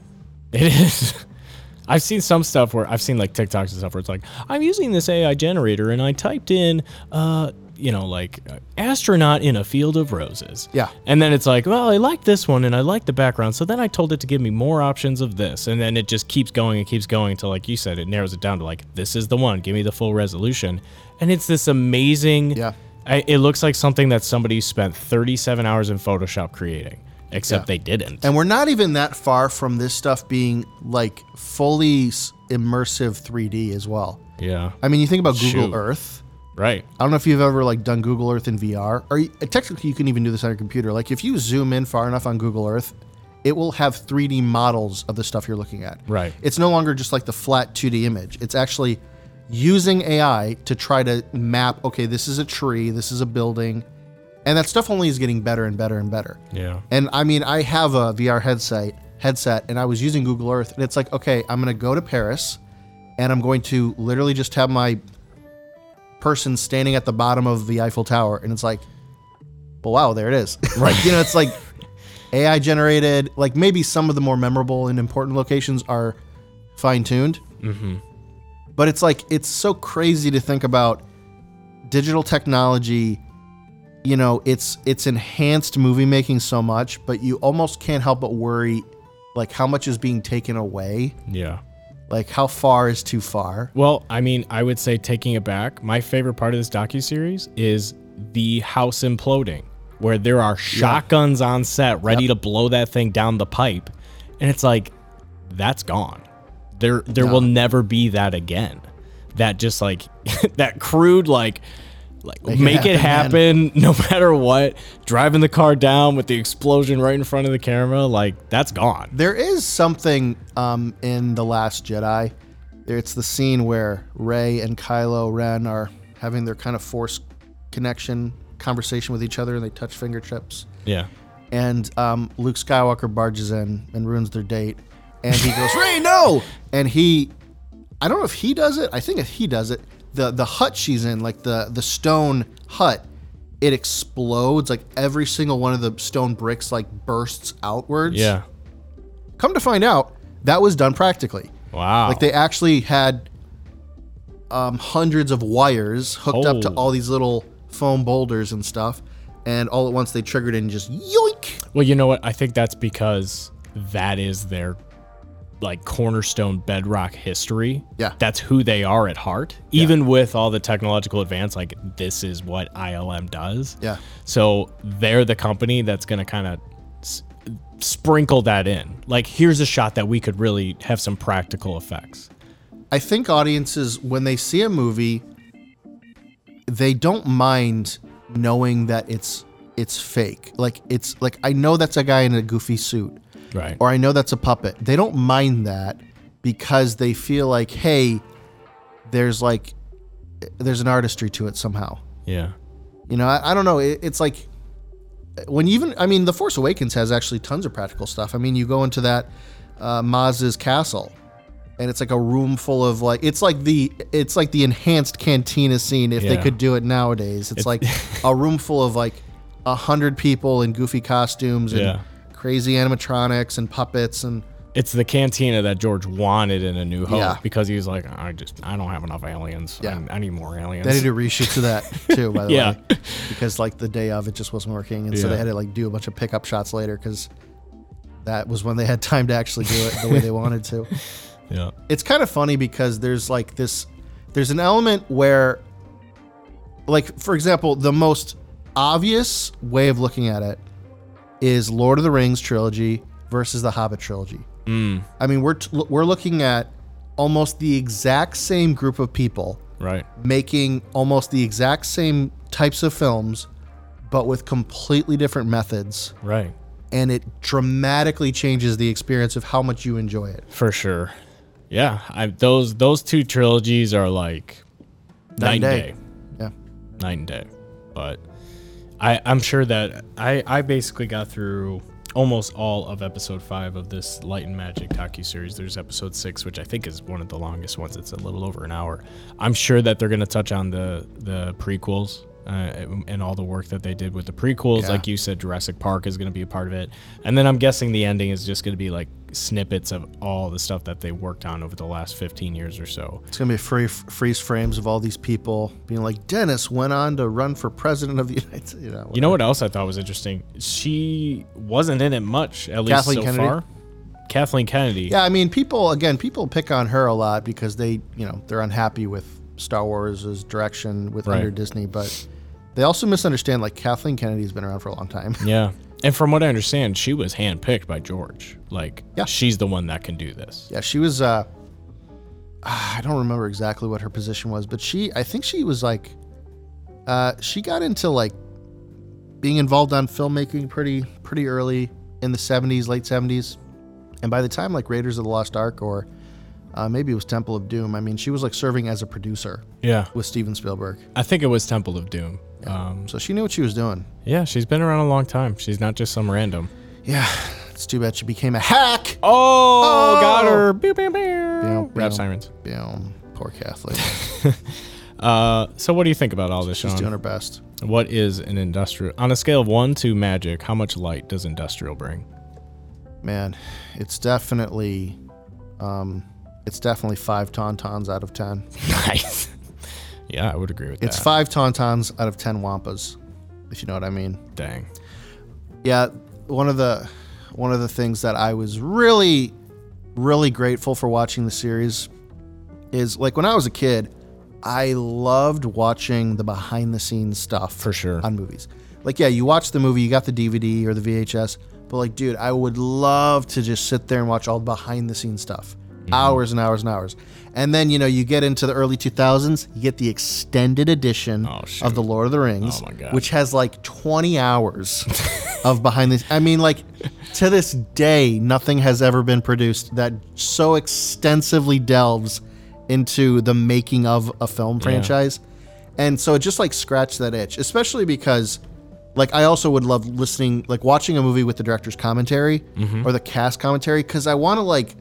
[SPEAKER 4] it is. I've seen some stuff where I've seen like TikToks and stuff where it's like, I'm using this AI generator and I typed in, uh, you know, like uh, astronaut in a field of roses.
[SPEAKER 5] Yeah.
[SPEAKER 4] And then it's like, well, I like this one and I like the background. So then I told it to give me more options of this. And then it just keeps going and keeps going until, like you said, it narrows it down to like, this is the one. Give me the full resolution. And it's this amazing.
[SPEAKER 5] Yeah.
[SPEAKER 4] I, it looks like something that somebody spent 37 hours in Photoshop creating, except
[SPEAKER 5] Yeah.
[SPEAKER 4] they didn't.
[SPEAKER 5] And we're not even that far from this stuff being like fully s- immersive 3D as well.
[SPEAKER 4] yeah.
[SPEAKER 5] I mean, you think about Google
[SPEAKER 4] Shoot.
[SPEAKER 5] Earth.
[SPEAKER 4] Right.
[SPEAKER 5] I don't know if you've ever like done Google Earth in VR, or you, technically you can even do this on your computer. Like if you zoom in far enough on Google Earth, it will have 3D models of the stuff you're looking at.
[SPEAKER 4] Right.
[SPEAKER 5] It's no longer just like the flat 2D image. It's actually using AI to try to map. Okay, this is a tree. This is a building, and that stuff only is getting better and better and better.
[SPEAKER 4] Yeah.
[SPEAKER 5] And I mean, I have a VR headset, headset, and I was using Google Earth, and it's like, okay, I'm gonna go to Paris, and I'm going to literally just have my person standing at the bottom of the Eiffel Tower, and it's like, well, wow, there it is. Right. you know, it's like AI generated. Like maybe some of the more memorable and important locations are fine tuned, mm-hmm. but it's like it's so crazy to think about digital technology you know it's it's enhanced movie making so much but you almost can't help but worry like how much is being taken away
[SPEAKER 4] Yeah.
[SPEAKER 5] like how far is too far
[SPEAKER 4] Well, I mean, I would say taking it back. My favorite part of this docu series is the house imploding, where there are shotguns on set ready to blow that thing down the pipe, and it's like that's gone. There, there will never be that again. That just like that crude like. Like make, it happen, no matter what. Driving the car down with the explosion right in front of the camera, like that's gone.
[SPEAKER 5] there is something um in the last jedi it's the scene where ray and kylo ren are having their kind of force connection conversation with each other and they touch fingertips
[SPEAKER 4] Yeah.
[SPEAKER 5] and um, Luke Skywalker barges in and ruins their date. And he goes, Ray, no! And he, I don't know if he does it. I think if he does it, the the hut she's in, like the the stone hut, it explodes. Like every single one of the stone bricks, like bursts outwards.
[SPEAKER 4] Yeah.
[SPEAKER 5] Come to find out, that was done practically.
[SPEAKER 4] Wow.
[SPEAKER 5] Like they actually had um, hundreds of wires hooked up to
[SPEAKER 4] Oh.
[SPEAKER 5] all these little foam boulders and stuff, and all at once they triggered and just yoink.
[SPEAKER 4] Well, you know what? I think that's because that is their like cornerstone bedrock history.
[SPEAKER 5] Yeah.
[SPEAKER 4] That's who they are at heart. Even with all the technological advance, like this is what ILM does.
[SPEAKER 5] Yeah.
[SPEAKER 4] So they're the company that's going to kind of s- sprinkle that in. Like here's a shot that we could really have some practical effects.
[SPEAKER 5] I think audiences, when they see a movie, they don't mind knowing that it's it's fake. Like it's like I know that's a guy in a goofy suit,
[SPEAKER 4] Right.
[SPEAKER 5] or I know that's a puppet. They don't mind that because they feel like, hey, there's like there's an artistry to it somehow.
[SPEAKER 4] yeah.
[SPEAKER 5] You know, I, I don't know. It, it's like when you even I mean, The Force Awakens has actually tons of practical stuff. I mean, you go into that uh, Maz's castle, and it's like a room full of like it's like the it's like the enhanced cantina scene if they
[SPEAKER 4] Yeah.
[SPEAKER 5] could do it nowadays. It's, like a room full of like a hundred people in goofy costumes and
[SPEAKER 4] Yeah.
[SPEAKER 5] crazy animatronics and puppets and
[SPEAKER 4] It's the cantina that George wanted in A New Hope
[SPEAKER 5] Yeah.
[SPEAKER 4] because he was like, I just, I don't have enough aliens.
[SPEAKER 5] Yeah.
[SPEAKER 4] I, I need more aliens.
[SPEAKER 5] They had to do reshoots of that too, by the
[SPEAKER 4] Yeah.
[SPEAKER 5] way, because like the day of it just wasn't working, and so
[SPEAKER 4] Yeah.
[SPEAKER 5] they had to like do a bunch of pickup shots later because that was when they had time to actually do it the way they wanted to.
[SPEAKER 4] yeah.
[SPEAKER 5] It's kind of funny because there's like this, there's an element where, like for example, the most obvious way of looking at it is Lord of the Rings trilogy versus the Hobbit trilogy. I mean, we're t- we're looking at almost the exact same group of people
[SPEAKER 4] Right.
[SPEAKER 5] making almost the exact same types of films, but with completely different methods.
[SPEAKER 4] Right.
[SPEAKER 5] And it dramatically changes the experience of how much you enjoy it.
[SPEAKER 4] for sure. Yeah, I, those those two trilogies are like night,
[SPEAKER 5] Night and
[SPEAKER 4] and
[SPEAKER 5] day.
[SPEAKER 4] day.
[SPEAKER 5] Yeah.
[SPEAKER 4] night and day. But I I'm sure that I I basically got through almost all of episode five of this Light and Magic docu series. There's episode six, which I think is one of the longest ones. It's a little over an hour. I'm sure that they're gonna touch on the the prequels. Uh, and all the work that they did with the prequels,
[SPEAKER 5] Yeah.
[SPEAKER 4] like you said, Jurassic Park is going to be a part of it, and then I'm guessing the ending is just going to be like snippets of all the stuff that they worked on over the last 15 years or so.
[SPEAKER 5] It's going to be free, freeze frames of all these people being like, Dennis went on to run for president of the United States. You know,
[SPEAKER 4] You know what else I thought was interesting? She wasn't in it much, at least
[SPEAKER 5] Kathleen
[SPEAKER 4] so
[SPEAKER 5] Kennedy?
[SPEAKER 4] far. Kathleen Kennedy.
[SPEAKER 5] yeah, I mean, people, again, people pick on her a lot because they, you know, they're unhappy with Star Wars' direction with
[SPEAKER 4] Right.
[SPEAKER 5] under Disney, but they also misunderstand like Kathleen Kennedy's been around for a long time.
[SPEAKER 4] Yeah. And from what I understand, she was handpicked by George. Like,
[SPEAKER 5] Yeah.
[SPEAKER 4] she's the one that can do this.
[SPEAKER 5] Yeah, she was. Uh, ah, I don't remember exactly what her position was, but she, I think she was like, uh, she got into like being involved on filmmaking pretty pretty early in the '70s, late '70s, and by the time like Raiders of the Lost Ark or uh, maybe it was Temple of Doom. I mean, she was like serving as a producer
[SPEAKER 4] Yeah.
[SPEAKER 5] with Steven Spielberg,
[SPEAKER 4] I think it was Temple of Doom. Um,
[SPEAKER 5] so she knew what she was doing.
[SPEAKER 4] yeah, she's been around a long time. She's not just some random.
[SPEAKER 5] Yeah, it's too bad she became a hack.
[SPEAKER 4] Oh, got her. Pew, pew, pew.
[SPEAKER 5] pew.
[SPEAKER 4] Rap sirens.
[SPEAKER 5] Damn, poor Kathleen.
[SPEAKER 4] Uh, so, what do you think about all this,
[SPEAKER 5] She's doing
[SPEAKER 4] Sean?
[SPEAKER 5] her best.
[SPEAKER 4] What is an industrial? On a scale of one to magic, how much light does industrial bring?
[SPEAKER 5] man, it's definitely, um, it's definitely five tauntauns out of ten.
[SPEAKER 4] Nice. yeah, I would agree with
[SPEAKER 5] It's
[SPEAKER 4] that.
[SPEAKER 5] five tauntauns out of ten wampas, if you know what I mean.
[SPEAKER 4] Dang.
[SPEAKER 5] Yeah, one of the one of the things that I was really, really grateful for watching the series is like when I was a kid, I loved watching the behind the scenes stuff
[SPEAKER 4] For sure.
[SPEAKER 5] on movies. Like, yeah, you watch the movie, you got the DVD or the VHS, but like, dude, I would love to just sit there and watch all the behind the scenes stuff.
[SPEAKER 4] Mm-hmm.
[SPEAKER 5] Hours and hours and hours. And then, you know, you get into the early 2000s, you get the extended edition
[SPEAKER 4] Oh, shoot.
[SPEAKER 5] of The Lord of the Rings,
[SPEAKER 4] Oh, my God.
[SPEAKER 5] which has like 20 hours of behind this. I mean, like, to this day, nothing has ever been produced that so extensively delves into the making of a film franchise. And so it just like scratched that itch, especially because like I also would love listening, like watching a movie with the director's commentary
[SPEAKER 4] Mm-hmm.
[SPEAKER 5] or the cast commentary, because I want to like,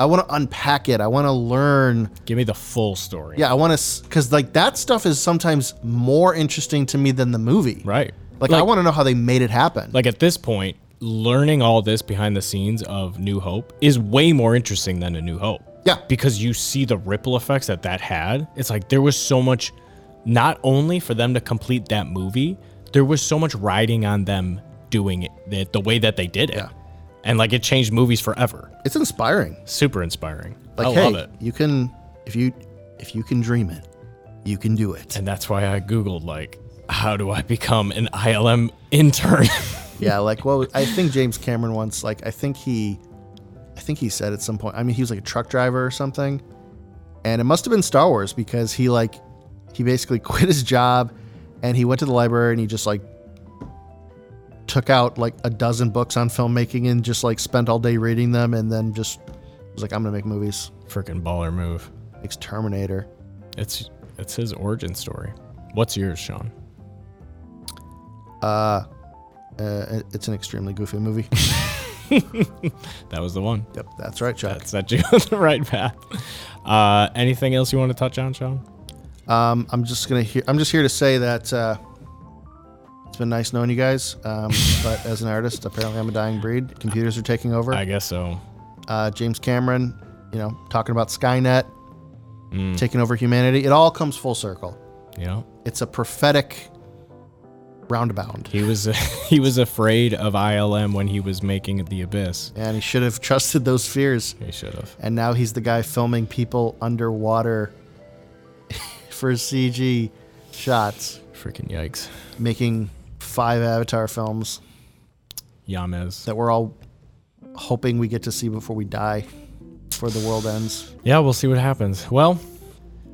[SPEAKER 5] I want to unpack it. I want to learn.
[SPEAKER 4] Give me the full story.
[SPEAKER 5] Yeah, I want to, because like that stuff is sometimes more interesting to me than the movie.
[SPEAKER 4] Right.
[SPEAKER 5] Like, I want to know how they made it happen.
[SPEAKER 4] like at this point, learning all this behind the scenes of New Hope is way more interesting than a New Hope.
[SPEAKER 5] Yeah.
[SPEAKER 4] Because you see the ripple effects that that had. It's like there was so much, not only for them to complete that movie, there was so much riding on them doing it the, the way that they did it. And like it changed movies forever.
[SPEAKER 5] it's inspiring.
[SPEAKER 4] Super inspiring.
[SPEAKER 5] Like,
[SPEAKER 4] I
[SPEAKER 5] hey,
[SPEAKER 4] love it.
[SPEAKER 5] you can if you if you can dream it, you can do it.
[SPEAKER 4] And that's why I Googled, like, how do I become an ILM intern?
[SPEAKER 5] yeah, like well, I think James Cameron once like I think he, I think he said at some point. I mean, he was like a truck driver or something, and it must have been Star Wars because he like he basically quit his job, and he went to the library and he just like took out like a dozen books on filmmaking and just like spent all day reading them and then just was like I'm gonna make movies.
[SPEAKER 4] Freaking baller move.
[SPEAKER 5] Makes Terminator.
[SPEAKER 4] It's it's his origin story. What's yours, Sean?
[SPEAKER 5] Uh, it- it's an extremely goofy movie.
[SPEAKER 4] That was the one.
[SPEAKER 5] yep, that's right, Chuck.
[SPEAKER 4] That set you on the right path. Uh, anything else you want to touch on, Sean?
[SPEAKER 5] Um, I'm just gonna. He- I'm just here to say that uh, it's been nice knowing you guys. Um, but as an artist, apparently I'm a dying breed. Computers are taking over.
[SPEAKER 4] I guess so.
[SPEAKER 5] uh, James Cameron, you know, talking about Skynet taking over humanity. It all comes full circle.
[SPEAKER 4] Yeah.
[SPEAKER 5] It's a prophetic roundabout,
[SPEAKER 4] He was he was afraid of ILM when he was making The Abyss.
[SPEAKER 5] and he should have trusted those fears.
[SPEAKER 4] He should have.
[SPEAKER 5] And now he's the guy filming people underwater for CG shots,
[SPEAKER 4] Freaking yikes.
[SPEAKER 5] making five Avatar films.
[SPEAKER 4] Yamez.
[SPEAKER 5] that we're all hoping we get to see before we die, before the world ends.
[SPEAKER 4] Yeah, we'll see what happens. Well,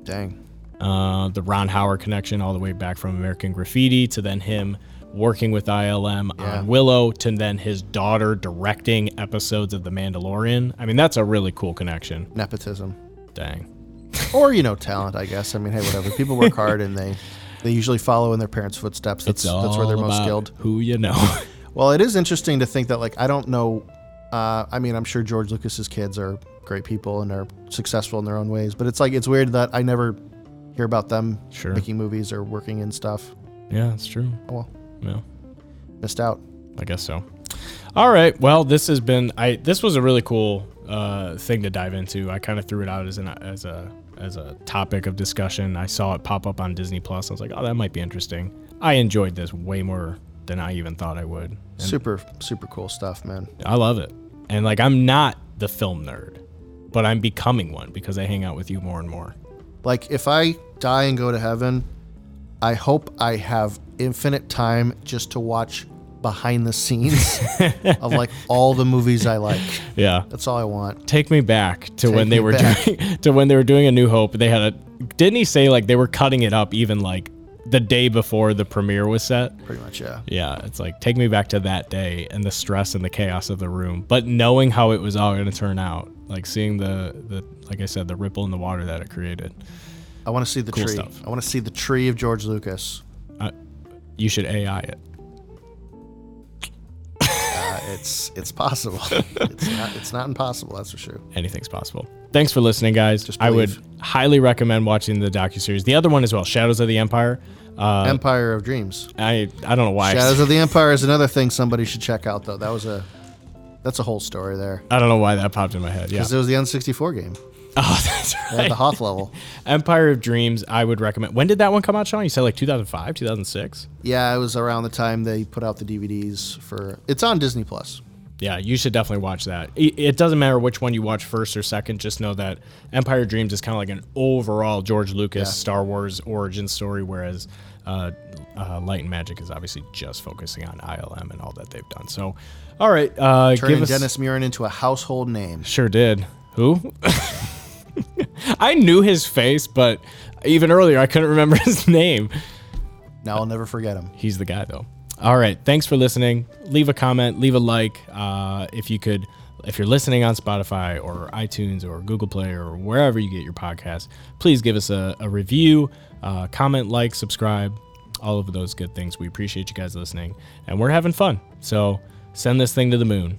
[SPEAKER 5] Dang.
[SPEAKER 4] uh, the Ron Howard connection, all the way back from American Graffiti to then him working with ILM
[SPEAKER 5] Yeah.
[SPEAKER 4] on Willow to then his daughter directing episodes of The Mandalorian. I mean, that's a really cool connection.
[SPEAKER 5] Nepotism.
[SPEAKER 4] Dang.
[SPEAKER 5] Or, you know, talent, I guess. I mean, hey, whatever. People work hard and they they usually follow in their parents' footsteps. That's
[SPEAKER 4] It's all
[SPEAKER 5] that's where they're most
[SPEAKER 4] about
[SPEAKER 5] skilled.
[SPEAKER 4] Who you know.
[SPEAKER 5] Well, it is interesting to think that like I don't know uh, I mean, I'm sure George Lucas's kids are great people and are successful in their own ways, but it's like it's weird that I never hear about them
[SPEAKER 4] Sure.
[SPEAKER 5] making movies or working in stuff.
[SPEAKER 4] yeah, that's true.
[SPEAKER 5] Oh well,
[SPEAKER 4] Yeah,
[SPEAKER 5] missed out.
[SPEAKER 4] I guess so. All right. Well, this has been. I this was a really cool uh, thing to dive into. I kind of threw it out as an as a as a topic of discussion. I saw it pop up on Disney Plus. I was like, oh, that might be interesting. I enjoyed this way more than I even thought I would. And
[SPEAKER 5] Super, super cool stuff, man.
[SPEAKER 4] I love it. And like, I'm not the film nerd, but I'm becoming one because I hang out with you more and more.
[SPEAKER 5] Like if I die and go to heaven, I hope I have infinite time just to watch behind the scenes of like all the movies I like.
[SPEAKER 4] Yeah.
[SPEAKER 5] That's all I want.
[SPEAKER 4] take me back to
[SPEAKER 5] Take
[SPEAKER 4] when
[SPEAKER 5] me
[SPEAKER 4] they were
[SPEAKER 5] back.
[SPEAKER 4] doing to when they were doing a new hope they had a didn't he say like they were cutting it up even like the day before the premiere was set
[SPEAKER 5] Pretty much, yeah.
[SPEAKER 4] yeah it's like take me back to that day and the stress and the chaos of the room but knowing how it was all going to turn out like seeing the the like i said the ripple in the water that it created
[SPEAKER 5] I want to see the
[SPEAKER 4] Cool
[SPEAKER 5] tree.
[SPEAKER 4] stuff.
[SPEAKER 5] I want to see the tree of George Lucas.
[SPEAKER 4] you should ai it
[SPEAKER 5] Uh, it's it's possible. it's not it's not impossible. That's for sure.
[SPEAKER 4] anything's possible. Thanks for listening, guys.
[SPEAKER 5] Just
[SPEAKER 4] I would
[SPEAKER 5] believe.
[SPEAKER 4] highly recommend watching the docu series. The other one as well, Shadows of the Empire. Uh,
[SPEAKER 5] Empire of Dreams.
[SPEAKER 4] I I don't know why. I
[SPEAKER 5] Shadows of the Empire is another thing somebody should check out though. That was a that's a whole story there.
[SPEAKER 4] I don't know why that popped in my head. Yeah.
[SPEAKER 5] Because it was the N64 game
[SPEAKER 4] Oh, that's
[SPEAKER 5] at
[SPEAKER 4] right.
[SPEAKER 5] the Hoth level.
[SPEAKER 4] Empire of Dreams, I would recommend. When did that one come out, Sean? You said like 2005, 2006?
[SPEAKER 5] Yeah, it was around the time they put out the DVDs for. It's on Disney Plus.
[SPEAKER 4] yeah, you should definitely watch that. It, it doesn't matter which one you watch first or second. Just know that Empire Dreams is kind of like an overall George Lucas
[SPEAKER 5] Yeah.
[SPEAKER 4] Star Wars origin story, whereas uh, uh, Light and Magic is obviously just focusing on ILM and all that they've done. So, all right, uh,
[SPEAKER 5] Turning
[SPEAKER 4] give us.
[SPEAKER 5] Dennis Muren into a household name.
[SPEAKER 4] Sure did. Who? I knew his face, but even earlier I couldn't remember his name.
[SPEAKER 5] Now I'll never forget him.
[SPEAKER 4] He's the guy, though. All right. Thanks for listening. Leave a comment, leave a like. Uh, if you could, if you're listening on Spotify or iTunes or Google Play or wherever you get your podcast, please give us a, a review, uh, comment, like, subscribe, all of those good things. We appreciate you guys listening, and we're having fun. So send this thing to the moon.